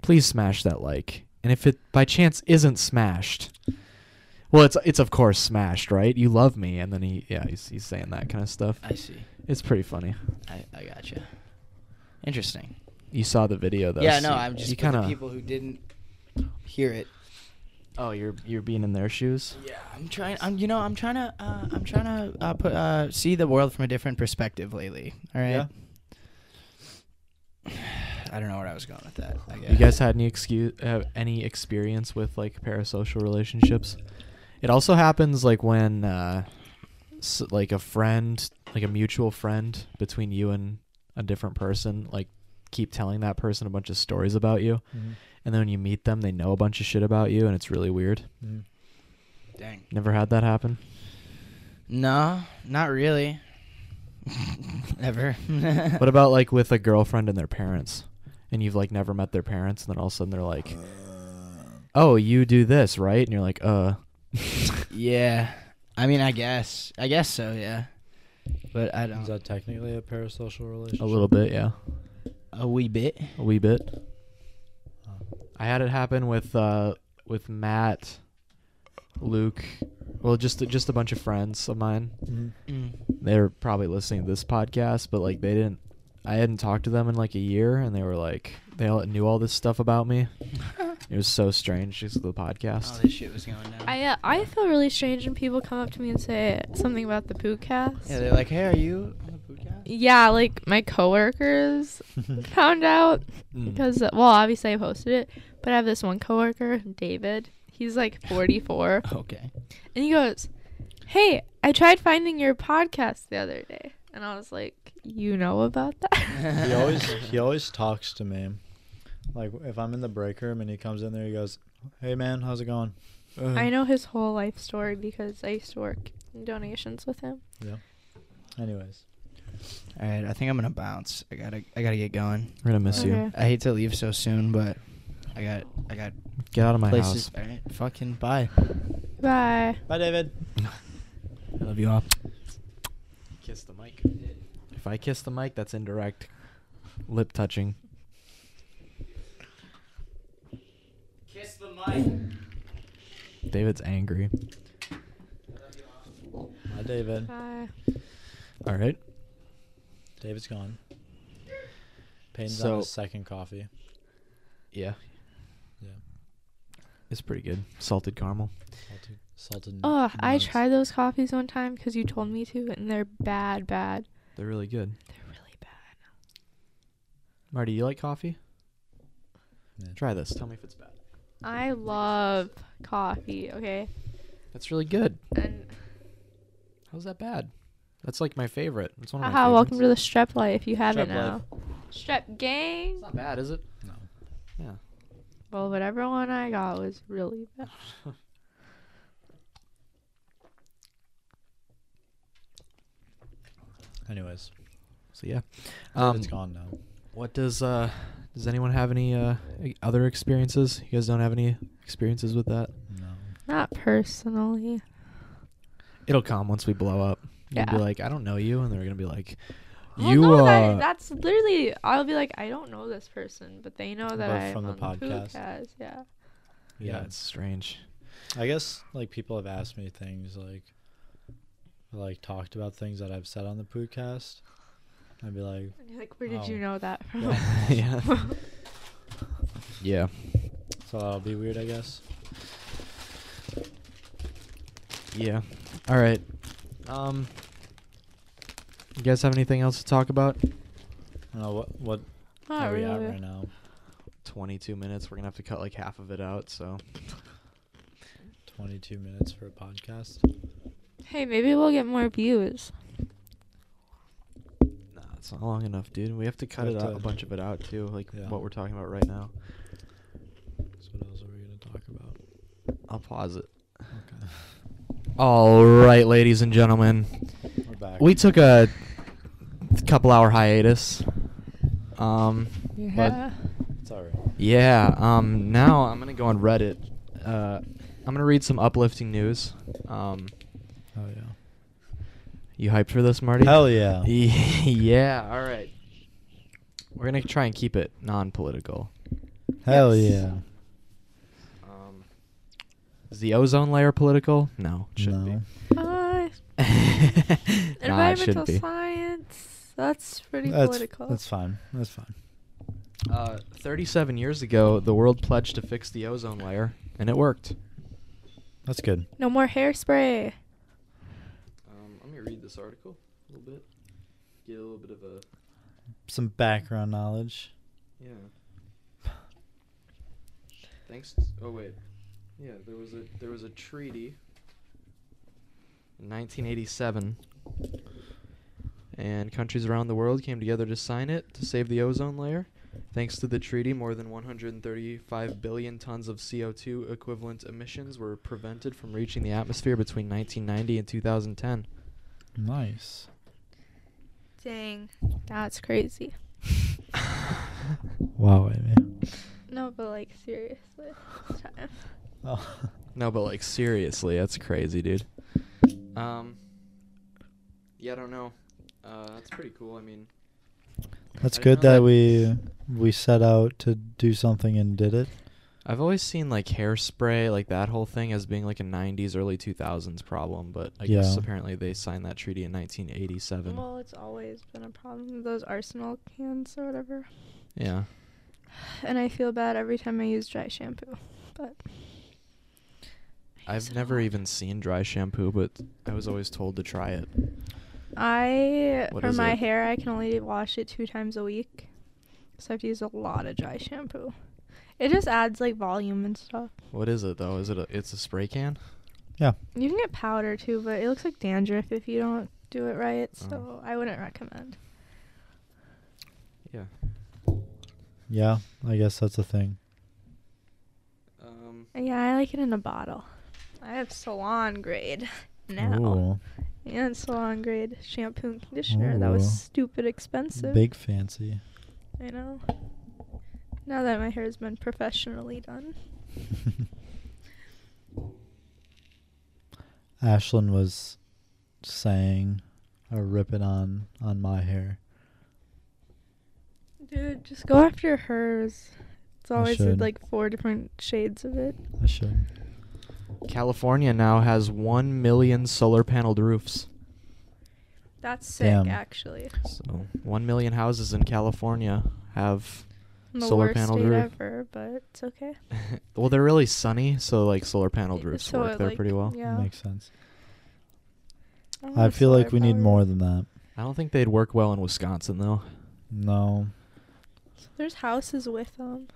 Speaker 5: Please smash that like." And if it by chance isn't smashed, well, it's it's of course smashed, right? You love me, and then he yeah he's he's saying that kind of stuff.
Speaker 2: I see.
Speaker 5: It's pretty funny.
Speaker 2: I, I gotcha. Interesting.
Speaker 5: You saw the video though.
Speaker 2: yeah,
Speaker 5: so
Speaker 2: no, I'm just
Speaker 5: you
Speaker 2: with the
Speaker 5: kind of
Speaker 2: people who didn't hear it.
Speaker 5: oh you're you're being in their shoes.
Speaker 2: Yeah, I'm trying. I'm you know I'm trying to uh, I'm trying to uh, put uh, see the world from a different perspective lately. All right. I don't know where I was going with that. I guess.
Speaker 5: You guys had any excuse have any experience with like parasocial relationships? It also happens like when uh s- like a friend, like a mutual friend between you and a different person, like keep telling that person a bunch of stories about you
Speaker 4: Mhm.
Speaker 5: and then when you meet them they know a bunch of shit about you and it's really weird.
Speaker 4: Mhm.
Speaker 2: Dang.
Speaker 5: Never had that happen?
Speaker 2: No, not really. Ever.
Speaker 5: what about like with a girlfriend and their parents? And you've like never met their parents and then all of a sudden they're like "Oh, you do this, right?" And you're like, "Uh."
Speaker 2: Yeah. I mean, I guess. I guess so, yeah. But I don't.
Speaker 4: Is that technically a parasocial relationship?
Speaker 5: A little bit, yeah.
Speaker 2: A wee bit.
Speaker 5: A wee bit. I had it happen with uh with Matt, Luke, well just just a bunch of friends of mine.
Speaker 4: Mhm.
Speaker 5: Mm. They're probably listening to this podcast, but like they didn't I hadn't talked to them in like a year and they were like they all knew all this stuff about me. It was so strange just the
Speaker 2: All
Speaker 5: podcast.
Speaker 2: this shit was going down.
Speaker 3: I uh, I feel really strange when people come up to me and say something about the boot cast.
Speaker 2: yeah, they're like, hey, are you on the podcast?
Speaker 3: Yeah, like my coworkers found out
Speaker 4: Hmm.
Speaker 5: Mm.
Speaker 3: because well, obviously I posted it, but I have this one coworker, David. He's like 44,
Speaker 2: Okay.
Speaker 3: and he goes, "Hey, I tried finding your podcast the other day," and I was like, "You know about that?"
Speaker 4: he always he always talks to me. Like if I'm in the break room and he comes in there, he goes, "Hey man, how's it going?"
Speaker 5: Mm.
Speaker 3: I know his whole life story because I used to work in donations with him.
Speaker 4: Anyways,
Speaker 2: All right, I think I'm gonna bounce. I gotta, I gotta get going.
Speaker 5: We're gonna miss you.
Speaker 3: Okay.
Speaker 2: I hate to leave so soon, but I got, I got
Speaker 5: Get out of my
Speaker 2: places.
Speaker 5: house.
Speaker 2: All right, fucking bye.
Speaker 3: Bye.
Speaker 4: bye David.
Speaker 2: I love you all.
Speaker 5: Kiss the mic. If I kiss the mic, that's indirect lip touching.
Speaker 2: Kiss the mic.
Speaker 5: David's angry.
Speaker 4: Bye David.
Speaker 3: Bye.
Speaker 5: All right.
Speaker 4: David's gone. Peyton's
Speaker 5: So-
Speaker 4: on his second coffee.
Speaker 5: Yeah.
Speaker 4: Yeah,
Speaker 5: It's pretty good. Salted caramel.
Speaker 4: salted. salted
Speaker 3: Oh, I
Speaker 4: nuts.
Speaker 3: tried those coffees one time because you told me to, and they're bad, bad.
Speaker 5: They're really good.
Speaker 3: They're really bad.
Speaker 5: Marty, you like coffee?
Speaker 4: Yeah.
Speaker 5: Try this. Tell me if it's bad.
Speaker 3: I love coffee, okay?
Speaker 5: That's really good.
Speaker 3: And
Speaker 5: How's that bad? That's like my favorite. It's one of my
Speaker 3: haha, welcome to
Speaker 5: favorites.
Speaker 3: the strep life if you haven't
Speaker 4: Strep
Speaker 3: now.
Speaker 4: life.
Speaker 3: Strep gang.
Speaker 5: It's not bad, is it?
Speaker 4: No.
Speaker 5: Yeah.
Speaker 3: Well, whatever one I got was really bad.
Speaker 4: Anyways,
Speaker 5: So yeah.
Speaker 4: um,
Speaker 5: Um,
Speaker 4: it's gone now.
Speaker 5: what does uh does anyone have any uh e- other experiences? You guys don't have any experiences with that?
Speaker 4: No.
Speaker 3: Not personally.
Speaker 5: It'll come once we blow up. You'll
Speaker 3: Yeah.
Speaker 5: be like, I don't know you, and they're gonna be like,
Speaker 3: Well,
Speaker 5: You
Speaker 3: no,
Speaker 5: uh,
Speaker 3: that, that's literally. I'll be like, I don't know this person, but they know that
Speaker 4: But
Speaker 3: I
Speaker 4: from the podcast.
Speaker 3: yeah.
Speaker 5: yeah, it's strange.
Speaker 4: I guess like people have asked me things like like talked about things that I've said on the podcast. I'd be like,
Speaker 3: And you're like, where did
Speaker 4: Oh.
Speaker 3: you know that from?
Speaker 4: Yeah.
Speaker 5: yeah. yeah.
Speaker 4: so that'll be weird, I guess.
Speaker 5: Yeah. All right. Um. You guys have anything else to talk about?
Speaker 4: I don't know what what
Speaker 3: Not
Speaker 4: are we at
Speaker 3: really.
Speaker 4: right now?
Speaker 5: 22 minutes. We're gonna have to cut like half of it out. So.
Speaker 4: Twenty two minutes for a podcast.
Speaker 3: Hey, maybe we'll get more views.
Speaker 5: Nah, it's not long enough, dude. We have to cut
Speaker 4: We
Speaker 5: it
Speaker 4: have
Speaker 5: out,
Speaker 4: to-
Speaker 5: a bunch of it out too, like
Speaker 4: Yeah.
Speaker 5: what we're talking about right now.
Speaker 4: So what else are we gonna talk about?
Speaker 5: I'll pause it.
Speaker 4: Okay,
Speaker 5: All right, ladies and gentlemen,
Speaker 4: we're back.
Speaker 5: we took a couple hour hiatus. Um,
Speaker 3: Yeah.
Speaker 4: it's alright.
Speaker 5: yeah. Um, now I'm gonna go on Reddit. Uh, I'm gonna read some uplifting news. Um,
Speaker 4: Oh yeah.
Speaker 5: you hyped for this, Marty?
Speaker 4: Hell yeah.
Speaker 5: yeah. All right. We're gonna try and keep it non-political.
Speaker 4: Hell
Speaker 3: Yes.
Speaker 4: yeah.
Speaker 5: Um, is the ozone layer political? No, it shouldn't
Speaker 4: No.
Speaker 3: Hi.
Speaker 5: be. nah, it
Speaker 3: environmental
Speaker 5: should be.
Speaker 3: science. That's pretty
Speaker 4: That's
Speaker 3: political.
Speaker 4: that's fine. That's fine.
Speaker 5: Uh, 37 years ago, the world pledged to fix the ozone layer, and it worked.
Speaker 4: That's good.
Speaker 3: No more hairspray.
Speaker 5: Um, let me read this article a little bit. Get a little bit of a
Speaker 4: Some background knowledge.
Speaker 5: yeah. Thanks. oh wait, yeah. There was a there was a treaty in 1987, and countries around the world came together to sign it to save the ozone layer. Thanks to the treaty, more than 135 billion tons of CO2 equivalent emissions were prevented from reaching the atmosphere between 1990 and 2010.
Speaker 4: Nice.
Speaker 3: Dang. That's crazy.
Speaker 4: Wow, Amy.
Speaker 3: No, but like seriously. this time.
Speaker 4: Oh.
Speaker 5: No, but like seriously, that's crazy, dude. Um. Yeah, I don't know. Uh, that's pretty cool. I mean,
Speaker 4: That's
Speaker 5: I didn't
Speaker 4: good
Speaker 5: know
Speaker 4: that,
Speaker 5: that.
Speaker 4: we we set out to do something and did it.
Speaker 5: I've always seen like hairspray, like that whole thing, as being like a '90s, early 2000s problem. But I guess
Speaker 4: Yeah.
Speaker 5: apparently they signed that treaty in 1987.
Speaker 3: Well, it's always been a problem. Those Arsenal cans or whatever.
Speaker 5: yeah.
Speaker 3: And I feel bad every time I use dry shampoo. But
Speaker 5: I've never even seen dry shampoo, but I was always told to try it.
Speaker 3: I
Speaker 5: What
Speaker 3: for
Speaker 5: is
Speaker 3: my
Speaker 5: it?
Speaker 3: hair, I can only wash it two times a week, so I have to use a lot of dry shampoo. It just adds like volume and stuff.
Speaker 5: What is it though? Is it a? It's a spray can.
Speaker 4: Yeah.
Speaker 3: You can get powder too, but it looks like dandruff if you don't do it right.
Speaker 5: Oh.
Speaker 3: So I wouldn't recommend.
Speaker 5: Yeah.
Speaker 4: Yeah, I guess that's a thing.
Speaker 5: Um.
Speaker 3: Yeah, I like it in a bottle. I have salon grade now.
Speaker 4: Ooh,
Speaker 3: And salon grade shampoo and conditioner. That was
Speaker 4: Ooh.
Speaker 3: stupid expensive.
Speaker 4: big fancy.
Speaker 3: I know. Now that my hair has been professionally done.
Speaker 4: Ashlyn was saying or ripping on on my hair.
Speaker 3: Dude, just go after hers. It's
Speaker 4: I
Speaker 3: always
Speaker 4: should.
Speaker 3: like four different shades of it.
Speaker 4: I should.
Speaker 5: California now has one million solar paneled roofs.
Speaker 3: That's sick,
Speaker 4: Damn.
Speaker 3: actually.
Speaker 5: So one million houses in California have.
Speaker 3: The
Speaker 5: Solar
Speaker 3: worst
Speaker 5: paneled
Speaker 3: state
Speaker 5: roof.
Speaker 3: ever, but it's okay.
Speaker 5: well, they're really sunny, so like solar paneled
Speaker 3: Y-
Speaker 5: roofs
Speaker 3: so
Speaker 5: work
Speaker 3: it,
Speaker 5: there
Speaker 3: like,
Speaker 5: pretty well.
Speaker 3: Yeah.
Speaker 4: Makes sense.
Speaker 3: want
Speaker 4: I
Speaker 3: a
Speaker 4: feel like we
Speaker 3: solar
Speaker 4: need
Speaker 3: powered
Speaker 4: more
Speaker 3: roof.
Speaker 4: than that.
Speaker 5: I don't think they'd work well in Wisconsin though.
Speaker 4: No.
Speaker 3: So there's houses with them.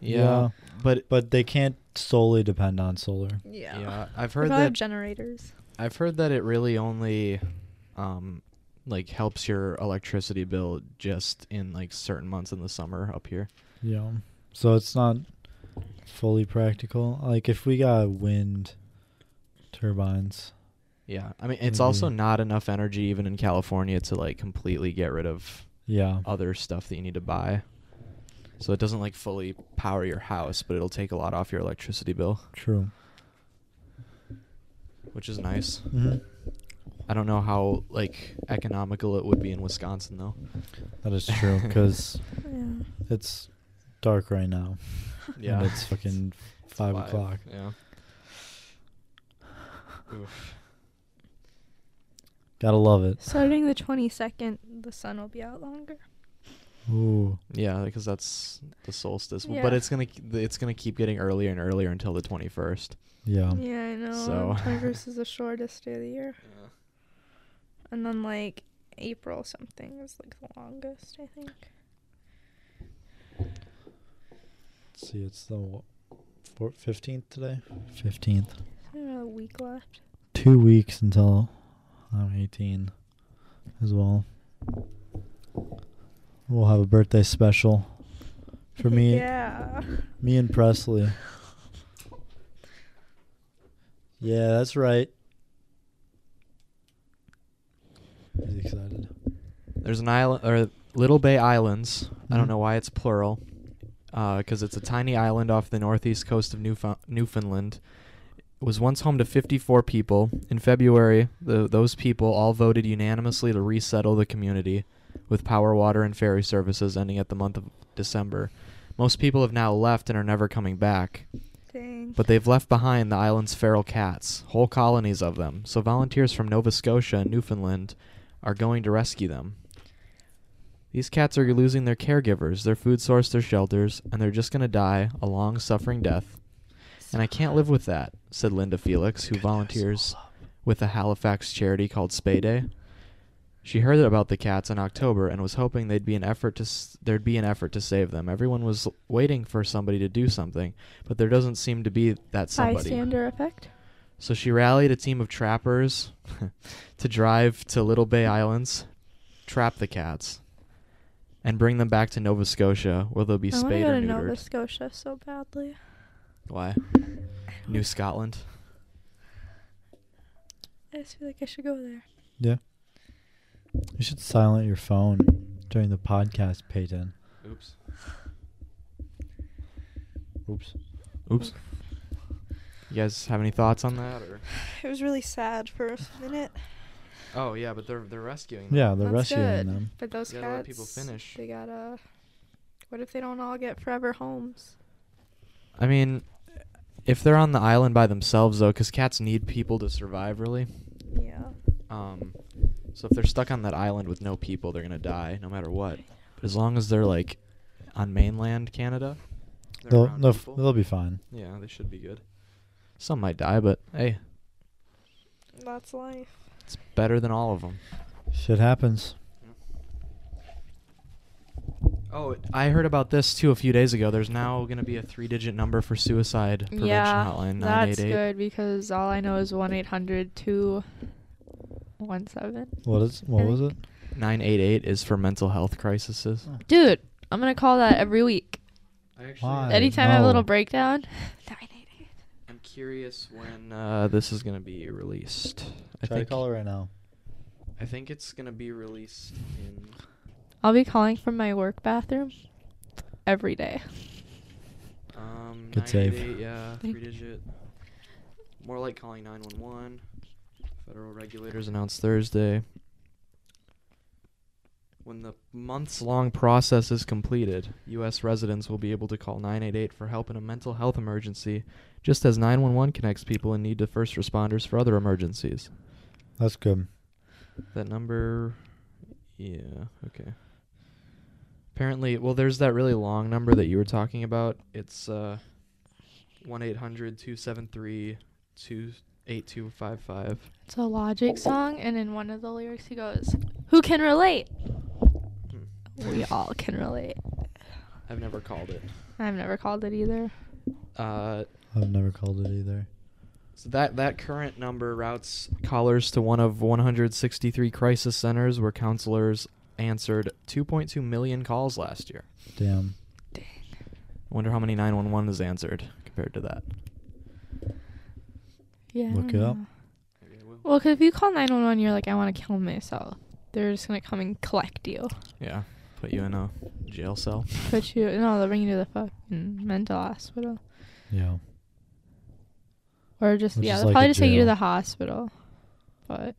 Speaker 5: Yeah, but
Speaker 4: But they can't solely depend on solar.
Speaker 5: yeah, I've heard
Speaker 3: probably have
Speaker 5: that.
Speaker 3: generators.
Speaker 5: I've heard that it really only, um, like helps your electricity bill just in like certain months in the summer up here.
Speaker 4: Yeah. So it's not fully practical. Like if we got wind turbines.
Speaker 5: Yeah, I mean it's
Speaker 4: Maybe.
Speaker 5: also not enough energy even in California to like completely get rid of
Speaker 4: Yeah.
Speaker 5: other stuff that you need to buy. So it doesn't like fully power your house, but it'll take a lot off your electricity bill,
Speaker 4: True.
Speaker 5: which is nice.
Speaker 4: Mhm.
Speaker 5: I don't know how like economical it would be in Wisconsin though.
Speaker 4: That is true because
Speaker 3: Yeah.
Speaker 4: it's dark right now.
Speaker 5: Yeah.
Speaker 4: And it's fucking five,
Speaker 5: Five,
Speaker 4: o'clock.
Speaker 5: Yeah.
Speaker 4: Gotta love it.
Speaker 3: Starting the 22nd, the sun will be out longer.
Speaker 4: Ooh.
Speaker 5: Yeah, because that's the solstice. W- But
Speaker 3: Yeah.
Speaker 5: it's gonna it's gonna keep getting earlier and earlier until the twenty first.
Speaker 4: Yeah.
Speaker 3: yeah, I know.
Speaker 5: so-
Speaker 3: 21st is the shortest day of the year. And then like April something is like the longest, I think.
Speaker 4: Let's see, it's the fifteenth today. Fifteenth.
Speaker 3: I don't know, a week left.
Speaker 4: Two weeks until I'm eighteen, as well. We'll have a birthday special. For me,
Speaker 3: Yeah.
Speaker 4: me and Presley. Yeah, that's right. He's excited.
Speaker 5: There's an island or Little Bay Islands. I
Speaker 4: Mhm.
Speaker 5: don't know why it's plural, because it's a tiny island off the northeast coast of Newf- Newfoundland. It was once home to 54 people. In February, the, those people all voted unanimously to resettle the community, with power, water, and ferry services ending at the month of December. Most people have now left and are never coming back.
Speaker 3: Dang.
Speaker 5: But they've left behind the island's feral cats, whole colonies of them, so volunteers from Nova Scotia and Newfoundland are going to rescue them. These cats are losing their caregivers, their food source, their shelters, and they're just going to die a long, suffering death. And I can't live with that, said Linda Felix, who volunteers with a Halifax charity called Spay Day. She heard about the cats in October and was hoping they'd be an effort to s- there'd be an effort to save them. Everyone was waiting for somebody to do something, but there doesn't seem to be that somebody.
Speaker 3: Bystander effect.
Speaker 5: So she rallied a team of trappers to drive to Little Bay Islands, trap the cats, and bring them back to Nova Sova, where they'll be
Speaker 3: Oh, I want to
Speaker 5: spayed
Speaker 3: go
Speaker 5: or
Speaker 3: to
Speaker 5: neutered.
Speaker 3: Nova Scotia so badly.
Speaker 5: Why? New Scotland.
Speaker 3: I just feel like I should go there.
Speaker 4: Yeah. You should silent your phone during the podcast, Peyton.
Speaker 5: Oops.
Speaker 4: Oops.
Speaker 5: Oops. You guys have any thoughts on that? Or
Speaker 6: It was really sad for a minute.
Speaker 5: oh yeah, but they're they're rescuing. Them.
Speaker 4: Yeah, they're
Speaker 3: That's
Speaker 4: rescuing
Speaker 3: good.
Speaker 4: them.
Speaker 3: But those
Speaker 5: You
Speaker 3: cats,
Speaker 5: gotta let people finish.
Speaker 3: they gotta. What if they don't all get forever homes?
Speaker 5: I mean, if they're on the island by themselves though, because cats need people to survive, really.
Speaker 6: Yeah.
Speaker 5: Um, so if they're stuck on that island with no people, they're gonna die no matter what. But as long as they're like on mainland Canada, they're
Speaker 4: They'll
Speaker 5: around
Speaker 4: they'll, f-
Speaker 5: people,
Speaker 4: they'll be fine.
Speaker 5: yeah, they should be good. Some might die, but hey,
Speaker 6: That's life.
Speaker 5: it's better than all of them.
Speaker 4: Shit happens.
Speaker 5: Oh, it- I heard about this too a few days ago. There's now going to be a three-digit number for suicide prevention
Speaker 3: yeah,
Speaker 5: hotline
Speaker 3: that's
Speaker 5: 988.
Speaker 3: good because all I know is one eight hundred two one seven.
Speaker 4: What is what was it?
Speaker 5: 988 is for mental health crises.
Speaker 3: Dude, I'm gonna call that every week.
Speaker 4: Why?
Speaker 3: Anytime I have a
Speaker 4: know.
Speaker 3: little breakdown.
Speaker 5: I'm curious when uh, this is going to be released. I
Speaker 4: Try to
Speaker 5: think
Speaker 4: call it right now.
Speaker 5: I think it's going to be released in
Speaker 3: I'll be calling from my work bathroom every day.
Speaker 5: um
Speaker 4: Good save.
Speaker 5: 988, yeah,
Speaker 3: Thank you.
Speaker 5: three-digit. More like calling 911. Federal regulators announced Thursday when the months-long process is completed, US residents will be able to call 988 for help in a mental health emergency, just as 911 connects people in need to first responders for other emergencies.
Speaker 4: That's good.
Speaker 5: That number. Yeah, okay. Apparently, well, there's that really long number that you were talking about. It's uh, 1 800 273 8255.
Speaker 3: It's a Logic song, and in one of the lyrics, he goes, "Who can relate? We all can relate."
Speaker 5: Hmm. I've never called it.
Speaker 3: I've never called it either.
Speaker 5: Uh,
Speaker 4: I've never called it either.
Speaker 5: so that, that current number routes callers to one of 163 crisis centers where counselors answered 2.2 million calls last year.
Speaker 4: Damn.
Speaker 5: I wonder how many 911 is answered compared to that.
Speaker 3: Yeah.
Speaker 4: Look it up.
Speaker 5: Maybe I will.
Speaker 3: Well, 'cause if you call 911, you're like, I want to kill myself. They're just going to come and collect you.
Speaker 5: Yeah, put you in a jail cell.
Speaker 3: Put you, no, they'll bring you to the fucking mental hospital.
Speaker 4: Yeah.
Speaker 3: Or just,
Speaker 4: Which
Speaker 3: yeah,
Speaker 4: is
Speaker 3: they'll
Speaker 4: like
Speaker 3: probably
Speaker 4: a
Speaker 3: just take you to
Speaker 4: jail.
Speaker 3: the hospital. But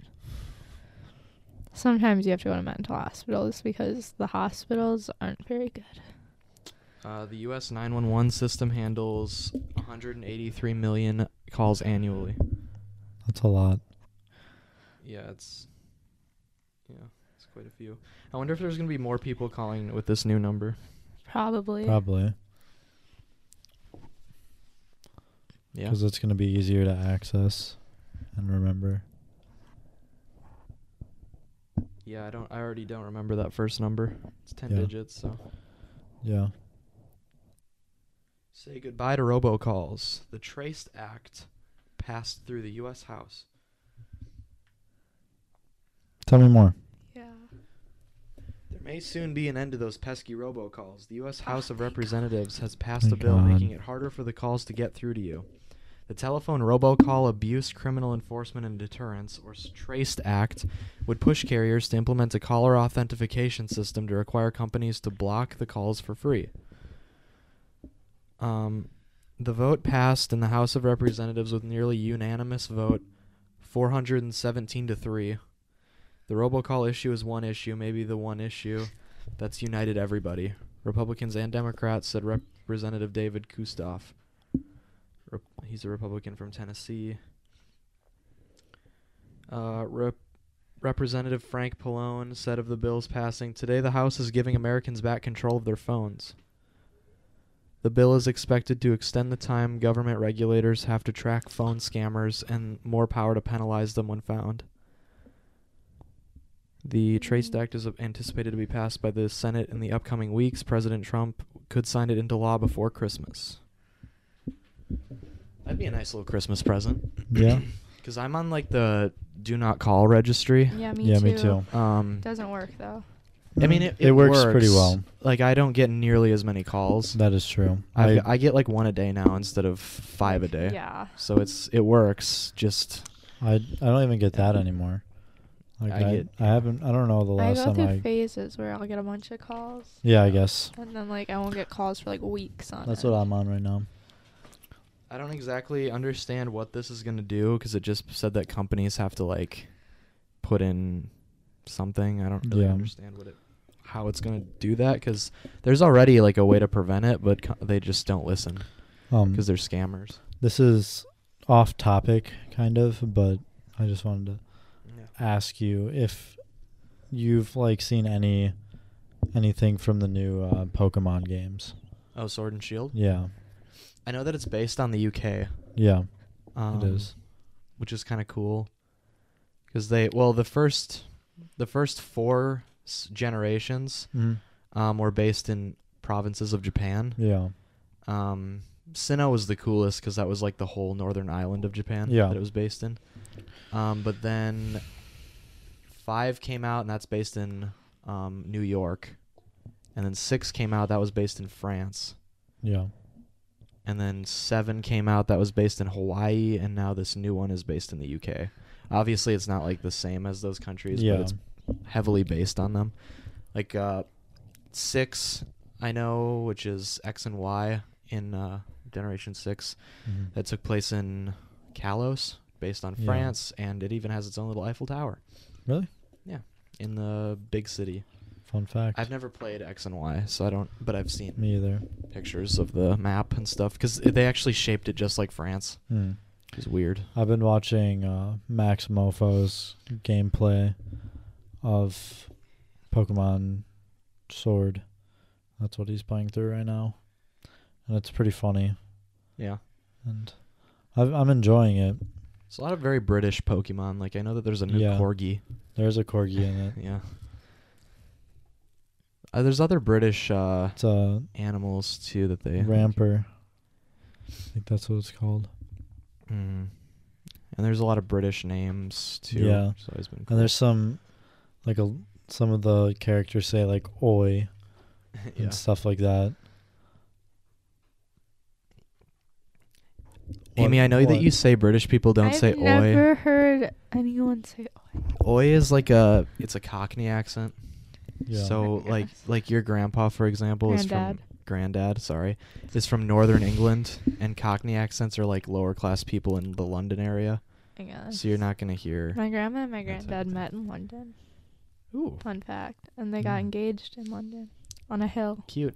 Speaker 3: sometimes you have to go to mental hospitals because the hospitals aren't very good.
Speaker 5: Uh, the U.S. 911 system handles 183 million calls annually.
Speaker 4: That's a lot.
Speaker 5: Yeah, it's yeah, it's quite a few. I wonder if there's gonna be more people calling with this new number.
Speaker 3: Probably.
Speaker 4: Probably.
Speaker 5: Yeah,
Speaker 4: Because it's going to be easier to access and remember.
Speaker 5: yeah. I don't. I already don't remember that first number. It's ten
Speaker 4: Yeah.
Speaker 5: digits. So
Speaker 4: Yeah.
Speaker 5: say goodbye to robocalls. The Traced Act passed through the U.S. House.
Speaker 4: Tell me more.
Speaker 3: Yeah.
Speaker 5: There may soon be an end to those pesky robocalls. The U.S. House of Representatives has passed a
Speaker 4: Oh, Thank
Speaker 5: bill
Speaker 4: God.
Speaker 5: making it harder for the calls to get through to you. The Telephone Robocall Abuse Criminal Enforcement and Deterrence, or s- TRACED Act, would push carriers to implement a caller authentication system to require companies to block the calls for free. Um, the vote passed in the House of Representatives with nearly unanimous vote, 417 to 3. The robocall issue is one issue, maybe the one issue that's united everybody. Republicans and Democrats, said Representative David Kustoff. Rep- he's a Republican from Tennessee. Uh, Rep- Representative Frank Pallone said of the bill's passing Today, the House is giving Americans back control of their phones. The bill is expected to extend the time government regulators have to track phone scammers and more power to penalize them when found. The Traced Act is anticipated to be passed by the Senate in the upcoming weeks. President Trump could sign it into law before Christmas. That'd be a nice little Christmas present.
Speaker 4: Yeah.
Speaker 5: Because I'm on like the do not call registry.
Speaker 3: Yeah, me
Speaker 4: yeah,
Speaker 3: too.
Speaker 4: me too.
Speaker 5: Um,
Speaker 3: Doesn't work, though.
Speaker 5: I mean,
Speaker 4: Mm,
Speaker 5: it, it
Speaker 4: works, pretty well.
Speaker 5: Like I don't get nearly as many calls.
Speaker 4: That is true.
Speaker 5: I
Speaker 4: I,
Speaker 5: I get like one a day now instead of five a day.
Speaker 3: Yeah.
Speaker 5: So it's it works. Just
Speaker 4: I, I don't even get that anymore. Like
Speaker 5: I
Speaker 4: I, I,
Speaker 5: get-
Speaker 4: haven't. I don't know the
Speaker 3: I
Speaker 4: last
Speaker 3: go
Speaker 4: time
Speaker 3: through
Speaker 4: I.
Speaker 3: phases where I'll get a bunch of calls.
Speaker 4: yeah, I guess
Speaker 3: And then like I won't get calls for like weeks on
Speaker 4: that's
Speaker 3: end.
Speaker 4: what I'm on right now.
Speaker 5: I don't exactly understand what this is gonna do because it just said that companies have to like put in something. I don't really
Speaker 4: Yeah.
Speaker 5: understand what it, how it's gonna do that because there's already like a way to prevent it, but co- they just don't listen
Speaker 4: Um,
Speaker 5: because they're scammers.
Speaker 4: this is off topic, kind of, but I just wanted to ask you if you've like seen any anything from the new uh, Pokemon games.
Speaker 5: Oh, Sword and Shield.
Speaker 4: Yeah,
Speaker 5: I know that it's based on the UK.
Speaker 4: yeah,
Speaker 5: Um,
Speaker 4: it is.
Speaker 5: which is kind of cool because they well the first the first four s- generations
Speaker 4: Mhm.
Speaker 5: um, were based in provinces of Japan.
Speaker 4: Mm-hmm. Yeah,
Speaker 5: Um, Sinnoh was the coolest because that was like the whole northern island of Japan
Speaker 4: Yeah.
Speaker 5: that it was based in. Um, but then five came out and that's based in um, New York, and then six came out that was based in France,
Speaker 4: yeah.
Speaker 5: and then seven came out that was based in Hawaii, and now this new one is based in the UK. Obviously, it's not like the same as those countries,
Speaker 4: yeah.
Speaker 5: but it's heavily based on them. Like uh, six, I know, which is X and Y in uh, Generation Six,
Speaker 4: Mhm.
Speaker 5: that took place in Kalos, based on
Speaker 4: Yeah.
Speaker 5: France, and it even has its own little Eiffel Tower
Speaker 4: Really?
Speaker 5: in the big city.
Speaker 4: Fun fact.
Speaker 5: I've never played X and Y, so I don't. But I've seen
Speaker 4: Me either.
Speaker 5: pictures of the map and stuff because they actually shaped it just like France.
Speaker 4: Mm.
Speaker 5: It's weird.
Speaker 4: I've been watching uh, Max Mofo's gameplay of Pokemon Sword. That's what he's playing through right now, and it's pretty funny.
Speaker 5: Yeah.
Speaker 4: And I've, I'm enjoying it.
Speaker 5: It's a lot of very British Pokemon. Like I know that there's a new
Speaker 4: Yeah.
Speaker 5: Corgi.
Speaker 4: There's a corgi in it.
Speaker 5: Yeah. Uh, there's other British uh,
Speaker 4: It's a
Speaker 5: animals too that they
Speaker 4: ramper. I think that's what it's called.
Speaker 5: Mm. And there's a lot of British names too.
Speaker 4: Yeah.
Speaker 5: it's always been
Speaker 4: And there's some, like a some of the characters say like "oi"
Speaker 5: cool.
Speaker 4: and stuff like that.
Speaker 5: Amy,
Speaker 4: What-
Speaker 5: I know that
Speaker 4: what?
Speaker 5: you say British people don't
Speaker 3: I've
Speaker 5: say
Speaker 3: never heard anyone say oi.
Speaker 5: oi. Oi is like a it's a Cockney accent.
Speaker 4: Yeah.
Speaker 5: So
Speaker 3: Oh my
Speaker 5: like
Speaker 3: goodness.
Speaker 5: like your grandpa for example is
Speaker 3: Granddad.
Speaker 5: from granddad, sorry, is from northern England and Cockney accents are like lower class people in the London area.
Speaker 3: I guess.
Speaker 5: So you're not going to hear
Speaker 3: My grandma and my
Speaker 5: That's it.
Speaker 3: granddad met in London.
Speaker 5: Ooh,
Speaker 3: Fun fact. And they got
Speaker 4: Mm.
Speaker 3: engaged in London on a hill.
Speaker 5: cute.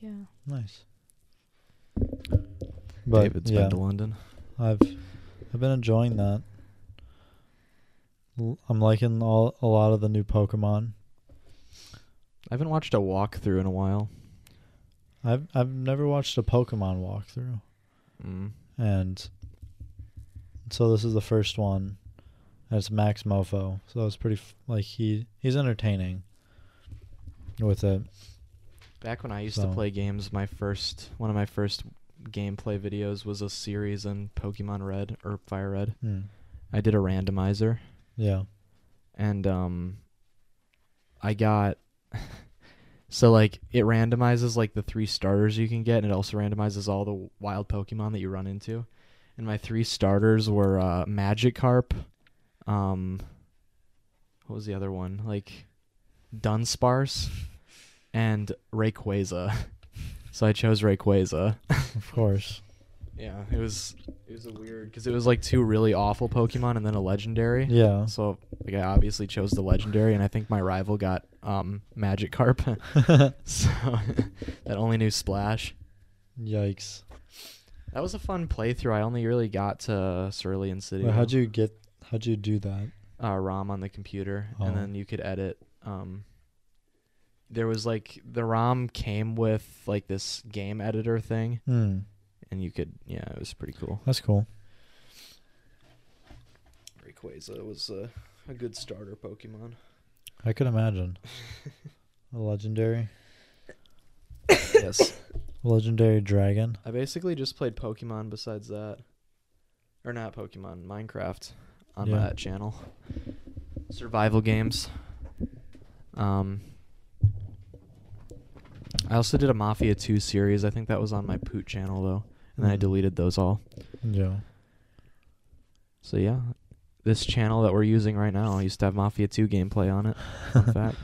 Speaker 3: Yeah.
Speaker 4: Nice. But
Speaker 5: David's
Speaker 4: yeah,
Speaker 5: been to London.
Speaker 4: I've I've been enjoying that. L- I'm liking all a lot of the new Pokemon.
Speaker 5: I haven't watched a walkthrough in a while.
Speaker 4: I've I've never watched a Pokemon walkthrough,
Speaker 5: Mm.
Speaker 4: and so this is the first one. And it's Max Mofo, so it's pretty f- like he he's entertaining with it.
Speaker 5: Back when I used
Speaker 4: So-
Speaker 5: to play games, my first one of my first gameplay videos was a series in Pokemon Red or Fire Red.
Speaker 4: Hmm.
Speaker 5: I did a randomizer
Speaker 4: Yeah,
Speaker 5: and um I got so like it randomizes like the three starters you can get and it also randomizes all the wild Pokemon that you run into. And my three starters were uh Magikarp, um what was the other one? Like Dunsparce and Rayquaza. so I chose Rayquaza.
Speaker 4: of course.
Speaker 5: Yeah, it was it was a weird cuz it was like two really awful Pokemon and then a legendary.
Speaker 4: Yeah,
Speaker 5: So like I obviously chose the legendary, and I think my rival got um Magic Carp. so that only knew Splash.
Speaker 4: yikes.
Speaker 5: That was a fun playthrough. I only really got to Cerulean City.
Speaker 4: Wait, how'd you get? How'd you do that?
Speaker 5: uh, ROM on the computer,
Speaker 4: Oh.
Speaker 5: and then you could edit. Um, there was like the ROM came with like this game editor thing,
Speaker 4: Hmm.
Speaker 5: and you could yeah, it was pretty cool.
Speaker 4: That's cool.
Speaker 5: Rayquaza was a, a good starter Pokemon.
Speaker 4: I could imagine. a legendary,
Speaker 5: yes.
Speaker 4: legendary dragon.
Speaker 5: I basically just played Pokemon besides that. Or not Pokemon, Minecraft on
Speaker 4: Yeah.
Speaker 5: that channel. Survival games. Um I also did a Mafia 2 series. I think that was on my Poot channel though. And then I
Speaker 4: Mhm.
Speaker 5: deleted those all.
Speaker 4: Yeah.
Speaker 5: So yeah, this channel that we're using right now used to have Mafia 2 gameplay on it. Fun fact.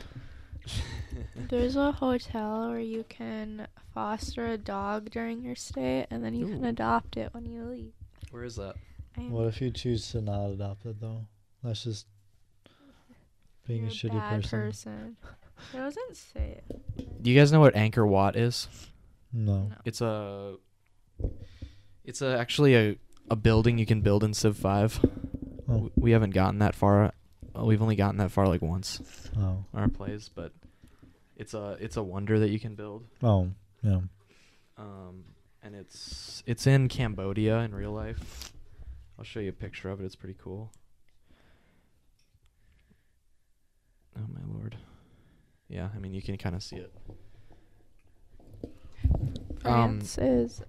Speaker 3: There's a hotel where you can foster a dog during your stay, and then you can
Speaker 5: Ooh.
Speaker 3: adopt it when you leave.
Speaker 5: Where is that?
Speaker 3: I am
Speaker 4: What if you choose to not adopt it though? That's just being
Speaker 3: you're
Speaker 4: a shitty
Speaker 3: bad
Speaker 4: person.
Speaker 3: person. It doesn't say it.
Speaker 5: Do you guys know what Anchor Watt is?
Speaker 4: No.
Speaker 3: No.
Speaker 5: It's a. It's a, actually a, a building you can build in Civ 5.
Speaker 4: Oh.
Speaker 5: W- We haven't gotten that far. uh, We've only gotten that far like once.
Speaker 4: Oh.
Speaker 5: our plays, but it's a it's a wonder that you can build.
Speaker 4: Oh. Yeah.
Speaker 5: Um, and it's it's in Cambodia in real life. I'll show you a picture of it. It's pretty cool. Oh my lord. Yeah, I mean you can kind of see it. Um,
Speaker 3: France is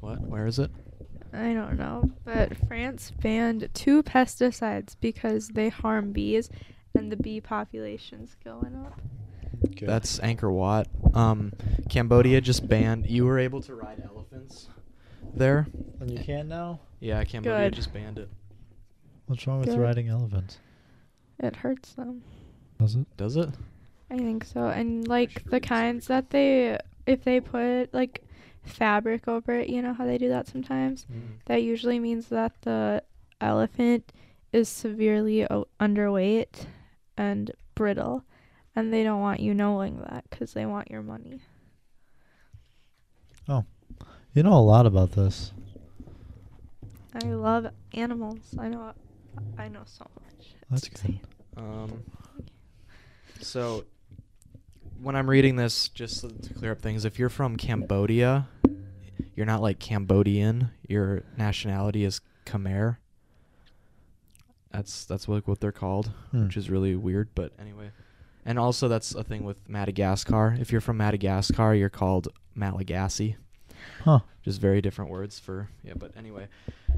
Speaker 5: What? Where is it?
Speaker 3: I don't know, but France banned two pesticides because they harm bees, and the bee population's going up.
Speaker 4: Good.
Speaker 5: That's Angkor Wat. Um, Cambodia just banned. You were able to ride elephants there.
Speaker 4: and you can now.
Speaker 5: Yeah, Cambodia
Speaker 3: Good.
Speaker 5: just banned it.
Speaker 4: What's wrong with
Speaker 3: Good.
Speaker 4: riding elephants?
Speaker 3: It hurts them.
Speaker 4: Does it?
Speaker 5: Does it?
Speaker 3: I think so. And
Speaker 5: should
Speaker 3: like
Speaker 5: read
Speaker 3: the
Speaker 5: this
Speaker 3: kinds that
Speaker 5: article.
Speaker 3: they, if they put like fabric over it, you know how they do that sometimes? That usually means that the elephant is severely o- underweight and brittle, and they don't want you knowing that because they want your money.
Speaker 4: You know a lot about this.
Speaker 3: I love animals. I know, I know so much.
Speaker 4: That's
Speaker 3: It's
Speaker 4: good.
Speaker 3: insane.
Speaker 5: Um, so, when I'm reading this, just so- to clear up things, if you're from Cambodia, you're not like Cambodian. Your nationality is Khmer. That's that's like what they're called,
Speaker 4: Hmm.
Speaker 5: which is really weird. But anyway, and also that's a thing with Madagascar. If you're from Madagascar, you're called Malagasy
Speaker 4: Huh.
Speaker 5: just very different words for yeah but anyway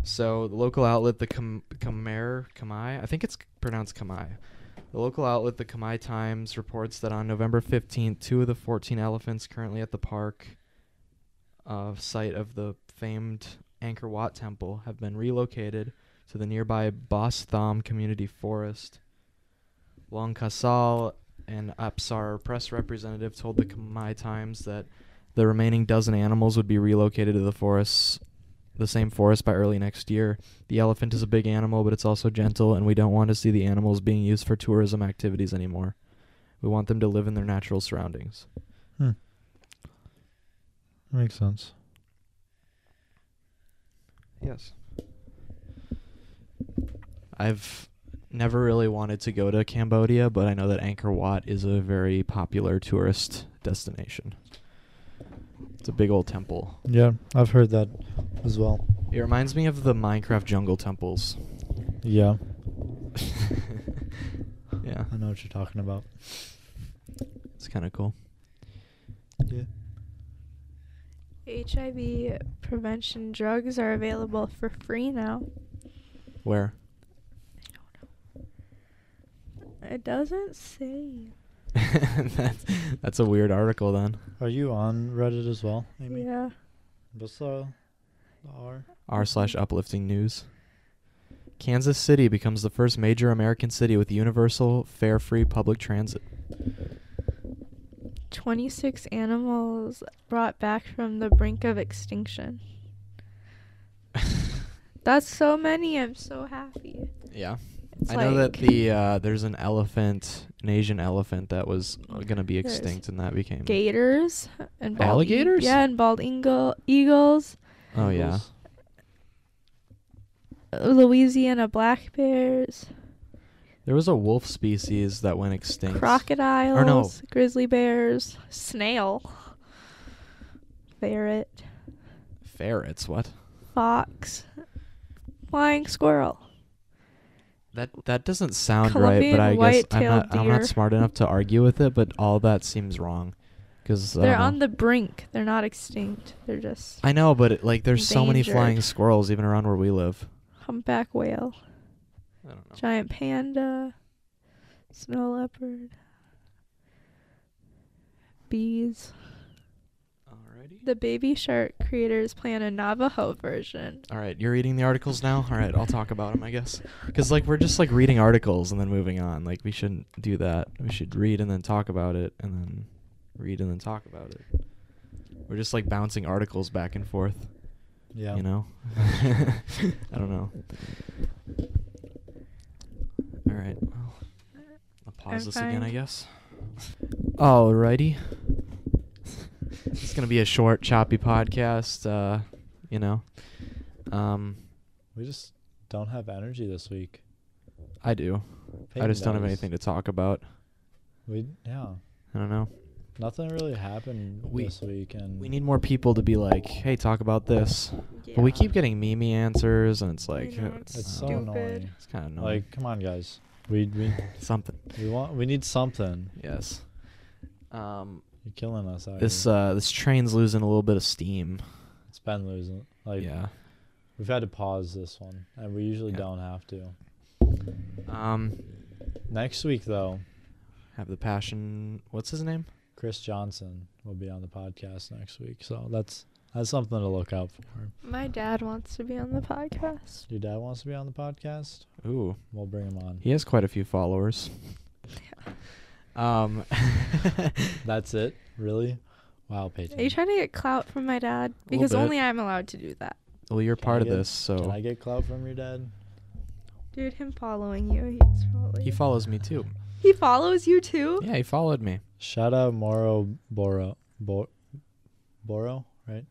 Speaker 5: so the local outlet the Khmer Khmer Khmer i think it's pronounced Khmer the local outlet the Khmer times reports that on november 15th two of the 14 elephants currently at the park uh, site of the famed angkor wat temple have been relocated to the nearby bos tham community forest long kasal an apsar press representative told the Khmer times that the remaining dozen animals would be relocated to the forests, the same forest by early next year. The elephant is a big animal, but it's also gentle, and we don't want to see the animals being used for tourism activities anymore. We want them to live in their natural surroundings.
Speaker 4: Makes sense.
Speaker 5: Yes. I've never really wanted to go to Cambodia, but I know that Angkor Wat is a very popular tourist destination. It's a big old temple.
Speaker 4: Yeah, I've heard that as well.
Speaker 5: It reminds me of the Minecraft jungle temples.
Speaker 4: Yeah.
Speaker 5: yeah,
Speaker 4: I know what you're talking about.
Speaker 5: it's kind of cool.
Speaker 4: Yeah.
Speaker 3: HIV prevention drugs are available for free now.
Speaker 5: Where?
Speaker 3: It doesn't say.
Speaker 5: that's, that's a weird article then.
Speaker 4: Are you on Reddit as well, Amy?
Speaker 3: Yeah.
Speaker 4: What's the, the R?
Speaker 5: R slash uplifting news. Kansas City becomes the first major American city with universal, fare free public transit.
Speaker 3: 26 animals brought back from the brink of extinction. That's so many. I'm so happy.
Speaker 5: yeah.
Speaker 3: It's
Speaker 5: I know that
Speaker 3: like
Speaker 5: the uh, there's an elephant, an Asian elephant that was going to be
Speaker 3: There's
Speaker 5: extinct and that became.
Speaker 3: gators and bald e-
Speaker 5: Alligators?
Speaker 3: yeah, and bald eagle, eagles,
Speaker 5: Oh, yeah.
Speaker 3: Louisiana black bears,
Speaker 5: There was a wolf species that went extinct.
Speaker 3: crocodiles, grizzly bears, snail, ferret,
Speaker 5: Ferrets, what?
Speaker 3: fox, flying squirrel.
Speaker 5: That that doesn't sound right, but
Speaker 3: Colombian
Speaker 5: I guess I'm
Speaker 3: white-tailed
Speaker 5: not, I'm not
Speaker 3: deer.
Speaker 5: smart enough to argue with it. But all that seems wrong, because
Speaker 3: They're on the brink. They're not extinct. They're just
Speaker 5: I know, but it, like, there's so many
Speaker 3: Endangered.
Speaker 5: flying squirrels even around where we live.
Speaker 3: humpback whale,
Speaker 5: I don't know.
Speaker 3: giant panda, snow leopard, bees.
Speaker 5: Alrighty. Alrighty.
Speaker 3: The Baby Shark creators plan a Navajo version.
Speaker 5: All right, you're reading the articles now. All right, I'll talk about them, I guess. Because like we're just like reading articles and then moving on. Like we shouldn't do that. We should read and then talk about it, and then read and then talk about it. We're just like bouncing articles back and forth.
Speaker 4: Yeah.
Speaker 5: You know. I don't know. All right. Well, I'll pause
Speaker 3: I'm
Speaker 5: this again, I
Speaker 3: fine.
Speaker 5: guess. Alrighty. it's gonna be a short, choppy podcast. Uh, you know. Um,
Speaker 4: We just don't have energy this week.
Speaker 5: I do. I
Speaker 4: Peyton
Speaker 5: just don't have
Speaker 4: does.
Speaker 5: anything to talk about.
Speaker 4: We yeah.
Speaker 5: I don't know.
Speaker 4: Nothing really happened
Speaker 5: We-
Speaker 4: this week, and
Speaker 5: We need more people to be like, "Hey, talk about this." But we keep getting meme answers, and it's like,
Speaker 6: know,
Speaker 5: uh,
Speaker 6: it's
Speaker 5: uh,
Speaker 4: it's so
Speaker 6: Stupid.
Speaker 4: annoying.
Speaker 5: It's kind of annoying.
Speaker 4: Like, come on, guys. We we
Speaker 5: something.
Speaker 4: we want we need something.
Speaker 5: Yes. Um,
Speaker 4: You're killing us. Out
Speaker 5: this
Speaker 4: here.
Speaker 5: uh, this train's losing a little bit of steam.
Speaker 4: it's been losing. Like
Speaker 5: yeah.
Speaker 4: we've had to pause this one, and we usually
Speaker 5: Yeah.
Speaker 4: don't have to.
Speaker 5: Um,
Speaker 4: Next week though,
Speaker 5: have the passion. What's his name?
Speaker 4: Chris Johnson will be on the podcast next week, so that's that's something to look out for.
Speaker 3: My dad wants to be on the podcast.
Speaker 4: Your dad wants to be on the podcast.
Speaker 5: Ooh,
Speaker 4: We'll bring him on.
Speaker 5: he has quite a few followers. um,
Speaker 4: That's it, really. Wow, Peyton.
Speaker 3: Are you trying to get clout from my dad?
Speaker 5: Little
Speaker 3: Because
Speaker 5: bit.
Speaker 3: only I'm allowed to do that.
Speaker 5: well, you're
Speaker 4: Can I
Speaker 5: part of
Speaker 4: get-
Speaker 5: this,
Speaker 4: Can
Speaker 5: so
Speaker 4: I get clout from your dad?
Speaker 3: Dude, him following you, he's probably
Speaker 5: he follows me too.
Speaker 3: He follows you too?
Speaker 5: Yeah, he followed me.
Speaker 4: Shout out Moro Boro Bo- Boro, right?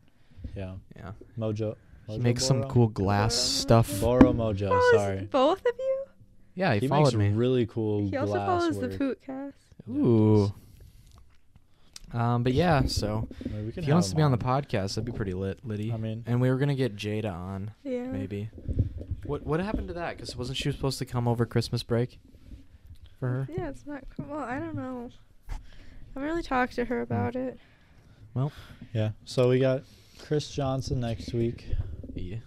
Speaker 4: Yeah,
Speaker 5: Yeah,
Speaker 4: Mojo. Mojo
Speaker 5: he makes some
Speaker 4: Boro?
Speaker 5: cool glass
Speaker 6: Boro?
Speaker 5: stuff.
Speaker 4: Boro Mojo.
Speaker 3: Follows
Speaker 4: sorry,
Speaker 3: both of you?
Speaker 5: Yeah, he,
Speaker 4: he makes
Speaker 5: followed me.
Speaker 4: really cool
Speaker 3: He also
Speaker 4: glass
Speaker 3: follows
Speaker 4: work.
Speaker 3: the Pootcast.
Speaker 4: Yeah, he
Speaker 5: Ooh. Um, but yeah, so
Speaker 4: does. I mean, we can
Speaker 5: if he wants
Speaker 4: have
Speaker 5: to be
Speaker 4: him
Speaker 5: on the podcast, that'd be pretty lit, Liddy.
Speaker 4: I mean,
Speaker 5: and we were gonna get Jada on,
Speaker 3: Yeah.
Speaker 5: maybe. What what happened to that? Because wasn't she supposed to come over Christmas break? For her.
Speaker 3: Yeah, it's not cool. Well, I don't know. I haven't really talked to
Speaker 4: Hmm.
Speaker 3: her about it.
Speaker 4: yeah. So we got Chris Johnson next week.
Speaker 5: Yeah.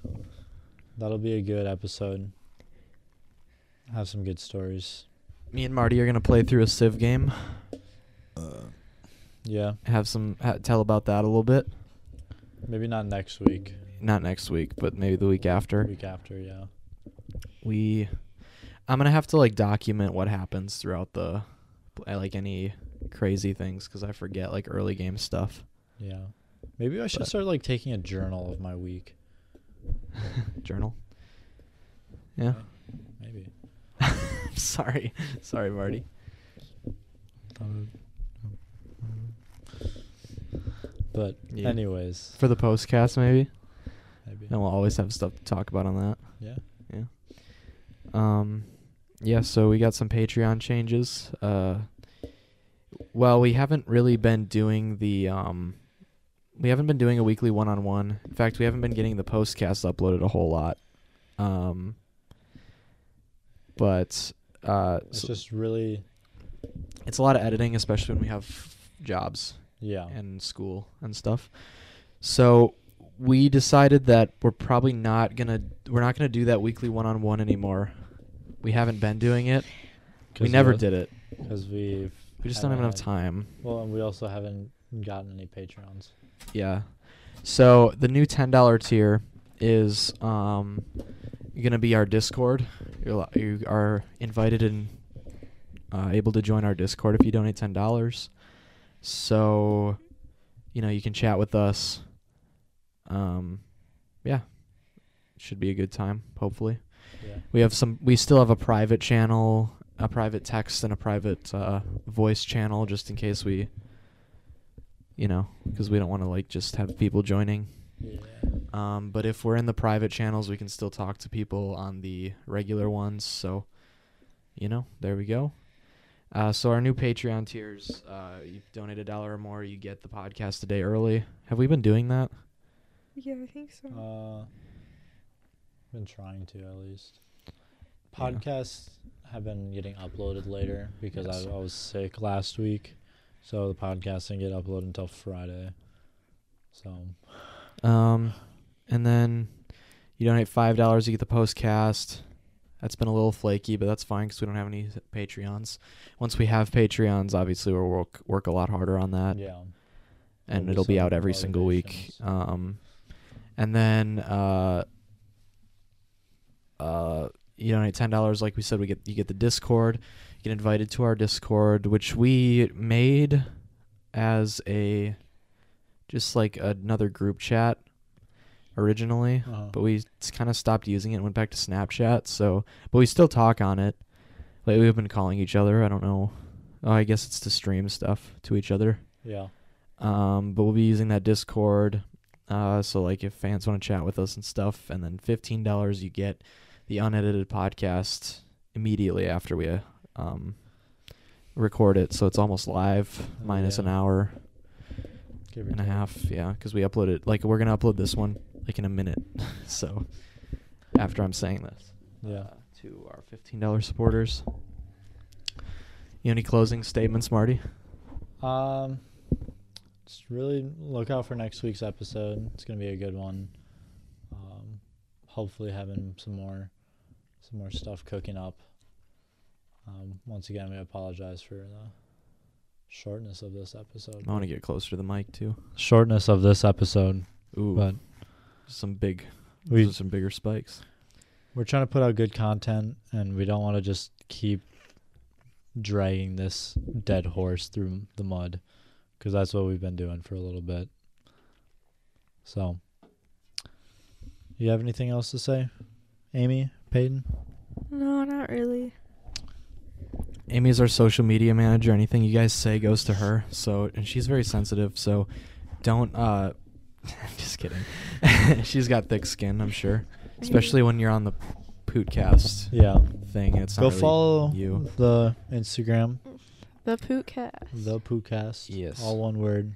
Speaker 4: That'll be a good episode. Have some good stories.
Speaker 5: Me and Marty are gonna play through a Civ game.
Speaker 4: Yeah,
Speaker 5: Have some ha- tell about that a little bit.
Speaker 4: maybe not next week.
Speaker 5: Not next week, but maybe the week after.
Speaker 4: Week after, yeah.
Speaker 5: We, I'm gonna have to like document what happens throughout the, I like any crazy things because I forget like early game stuff.
Speaker 4: Yeah. Maybe I should
Speaker 5: But-
Speaker 4: start like taking a journal of my week.
Speaker 5: Journal. Yeah.
Speaker 4: Maybe.
Speaker 5: Sorry. Sorry, Marty.
Speaker 4: But
Speaker 5: Yeah.
Speaker 4: anyways,
Speaker 5: For the postcast, maybe.
Speaker 4: maybe.
Speaker 5: And we'll always have stuff to talk about on that.
Speaker 4: Yeah.
Speaker 5: Um, yeah, so we got some Patreon changes. Uh, well, we haven't really been doing the um, we haven't been doing a weekly one-on-one. In fact, we haven't been getting the postcast uploaded a whole lot. Um, but uh,
Speaker 4: It's
Speaker 5: so
Speaker 4: just really
Speaker 5: it's a lot of editing, especially when we have jobs
Speaker 4: yeah.
Speaker 5: and school and stuff. So we decided that we're probably not gonna we're not gonna do that weekly one-on-one anymore. We haven't been doing it. We never did it.
Speaker 4: Cuz we've
Speaker 5: We just don't have enough time.
Speaker 4: Well, and we also haven't gotten any Patreons.
Speaker 5: Yeah. So the new ten dollar tier is um gonna be our Discord. You're li- you are invited and uh, able to join our Discord if you donate ten dollars. So you know you can chat with us. Um, yeah, should be a good time. Hopefully,
Speaker 4: Yeah.
Speaker 5: we have some. We still have a private channel, a private text, and a private uh, voice channel just in case we. You know, because we don't want to like just have people joining.
Speaker 4: Yeah.
Speaker 5: Um, but if we're in the private channels, we can still talk to people on the regular ones. So, you know, there we go. Uh, so our new Patreon tiers, uh, you donate a dollar or more, you get the podcast a day early. Have we been doing that?
Speaker 6: Yeah, I think so.
Speaker 4: Uh, been trying to at least.
Speaker 5: Yeah.
Speaker 4: Podcasts have been getting uploaded later because
Speaker 5: Yes.
Speaker 4: I, I was sick last week, so the podcast didn't get uploaded until Friday. So
Speaker 5: Um, and then you donate five dollars, you get the postcast. That's been a little flaky, but that's fine because we don't have any Patreons. Once we have Patreons, obviously we'll work work a lot harder on that.
Speaker 4: yeah,
Speaker 5: and
Speaker 4: Maybe
Speaker 5: it'll be
Speaker 4: some
Speaker 5: out every single week.
Speaker 4: motivations.
Speaker 5: Um, and then uh, uh, you donate ten dollars, like we said, we get you get the Discord, you get invited to our Discord, which we made as a just like another group chat originally,
Speaker 4: Uh-huh.
Speaker 5: but we kind of stopped using it and went back to Snapchat. So, but we still talk on it. Like we've been calling each other. I don't know. Oh, I guess it's to stream stuff to each other.
Speaker 4: yeah.
Speaker 5: Um, but we'll be using that Discord. Uh, so like if fans want to chat with us and stuff, and then fifteen dollars you get the unedited podcast immediately after we uh, um record it. So it's almost live,
Speaker 4: Oh,
Speaker 5: minus
Speaker 4: yeah.
Speaker 5: an hour
Speaker 4: Give or
Speaker 5: and a
Speaker 4: take.
Speaker 5: half. Yeah, because we upload it. Like we're gonna upload this one like in a minute. so after I'm saying this,
Speaker 4: Yeah.
Speaker 5: uh, to our fifteen dollars supporters. You any closing statements, Marty?
Speaker 4: Um, just really look out for next week's episode. It's gonna be a good one. Um, hopefully having some more, some more stuff cooking up. Um, once again, we apologize for the shortness of this episode.
Speaker 5: I want to get closer to the mic too.
Speaker 4: Shortness of this episode,
Speaker 5: Ooh,
Speaker 4: but
Speaker 5: some big
Speaker 4: we
Speaker 5: some bigger spikes.
Speaker 4: we're trying to put out good content and we don't want to just keep dragging this dead horse through the mud because that's what we've been doing for a little bit so you have anything else to say amy peyton
Speaker 3: No, not really.
Speaker 5: Amy's our social media manager. Anything you guys say goes to her. So, and she's very sensitive. So, don't. uh Just kidding. she's got thick skin, I'm sure. Especially when you're on the Pootcast
Speaker 4: yeah
Speaker 5: thing. and It's
Speaker 4: go
Speaker 5: not really
Speaker 4: follow
Speaker 5: you.
Speaker 4: the instagram
Speaker 3: The Pootcast.
Speaker 4: the poocast
Speaker 5: Yes.
Speaker 4: all one word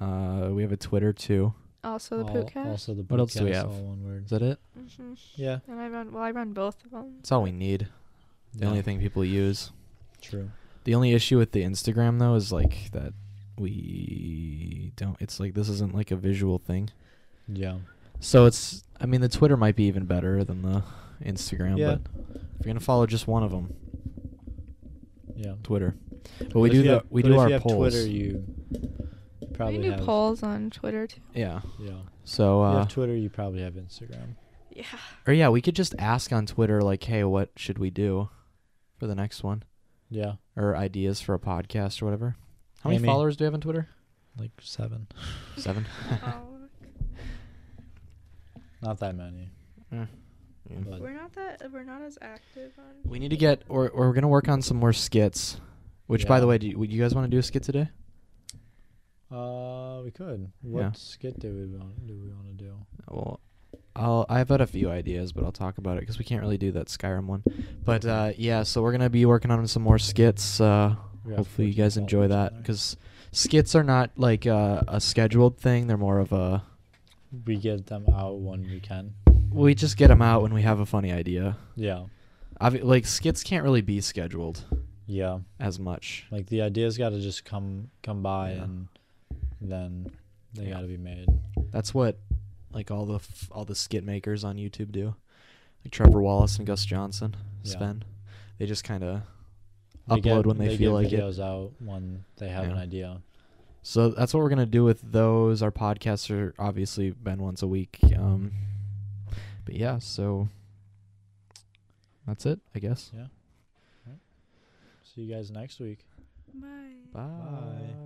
Speaker 5: Uh, we have a Twitter too.
Speaker 3: also the
Speaker 4: all,
Speaker 3: Pootcast.
Speaker 4: also the
Speaker 5: What else do we
Speaker 4: Pootcast,
Speaker 5: have?
Speaker 4: all one word
Speaker 5: Is that it?
Speaker 3: Mm-hmm.
Speaker 4: yeah
Speaker 3: And I run well. I run both of them.
Speaker 5: That's all we need. The
Speaker 4: Yeah.
Speaker 5: only thing people use.
Speaker 4: true
Speaker 5: The only issue with the Instagram though is like that we don't. It's like this isn't like a visual thing.
Speaker 4: yeah
Speaker 5: So it's, I mean, the Twitter might be even better than the Instagram,
Speaker 4: Yeah.
Speaker 5: but if you're gonna follow just one of them,
Speaker 4: yeah
Speaker 5: Twitter. But we
Speaker 4: if
Speaker 5: do
Speaker 4: you
Speaker 5: the,
Speaker 4: have-
Speaker 5: we
Speaker 4: but
Speaker 5: do
Speaker 4: if
Speaker 5: our
Speaker 4: you have
Speaker 5: polls.
Speaker 4: Twitter, you probably
Speaker 3: we do
Speaker 4: have,
Speaker 3: polls on Twitter too.
Speaker 5: yeah.
Speaker 4: Yeah,
Speaker 5: So,
Speaker 4: you
Speaker 5: uh,
Speaker 4: have Twitter, you probably have Instagram.
Speaker 3: Yeah.
Speaker 5: or yeah, we could just ask on Twitter, like, hey, what should we do for the next one,
Speaker 4: Yeah,
Speaker 5: or ideas for a podcast or whatever. How many
Speaker 4: Amy.
Speaker 5: followers do you have on Twitter?
Speaker 4: like seven.
Speaker 5: Seven.
Speaker 3: Oh,
Speaker 4: Not that many.
Speaker 5: Yeah.
Speaker 4: But
Speaker 6: We're not that. We're not as active on.
Speaker 5: We need to get, or, or we're gonna work on some more skits. Which, by
Speaker 4: Yeah.
Speaker 5: the way, do you, would you guys want to do a skit today?
Speaker 4: uh, we could. What
Speaker 5: Yeah.
Speaker 4: skit do we want? Do we want to do?
Speaker 5: Well, I'll I've had a few ideas, but I'll talk about it because we can't really do that Skyrim one. But uh, yeah, so we're gonna be working on some more skits. Uh,
Speaker 4: We got
Speaker 5: hopefully, you
Speaker 4: 14
Speaker 5: guys enjoy
Speaker 4: followers on
Speaker 5: that
Speaker 4: there.
Speaker 5: because skits are not like uh, a scheduled thing; they're more of a
Speaker 4: we get them out when we can.
Speaker 5: we just get them out when we have a funny idea.
Speaker 4: Yeah,
Speaker 5: Obvi- like skits can't really be scheduled
Speaker 4: yeah.
Speaker 5: as much.
Speaker 4: Like the idea's got to just come come by,
Speaker 5: Yeah.
Speaker 4: and then they
Speaker 5: Yeah.
Speaker 4: got to be made.
Speaker 5: That's what like all the f- all the skit makers on YouTube do, like Trevor Wallace and Gus Johnson,
Speaker 4: Yeah.
Speaker 5: Sven. They just kind of
Speaker 4: They
Speaker 5: upload
Speaker 4: get-
Speaker 5: when they, feel
Speaker 4: get
Speaker 5: like it.
Speaker 4: videos out when they have
Speaker 5: Yeah.
Speaker 4: an idea.
Speaker 5: So that's what we're gonna do with those. Our podcasts are obviously been once a week. Um, but yeah, so that's it, I guess.
Speaker 4: See you guys next week.
Speaker 3: my.
Speaker 5: Bye.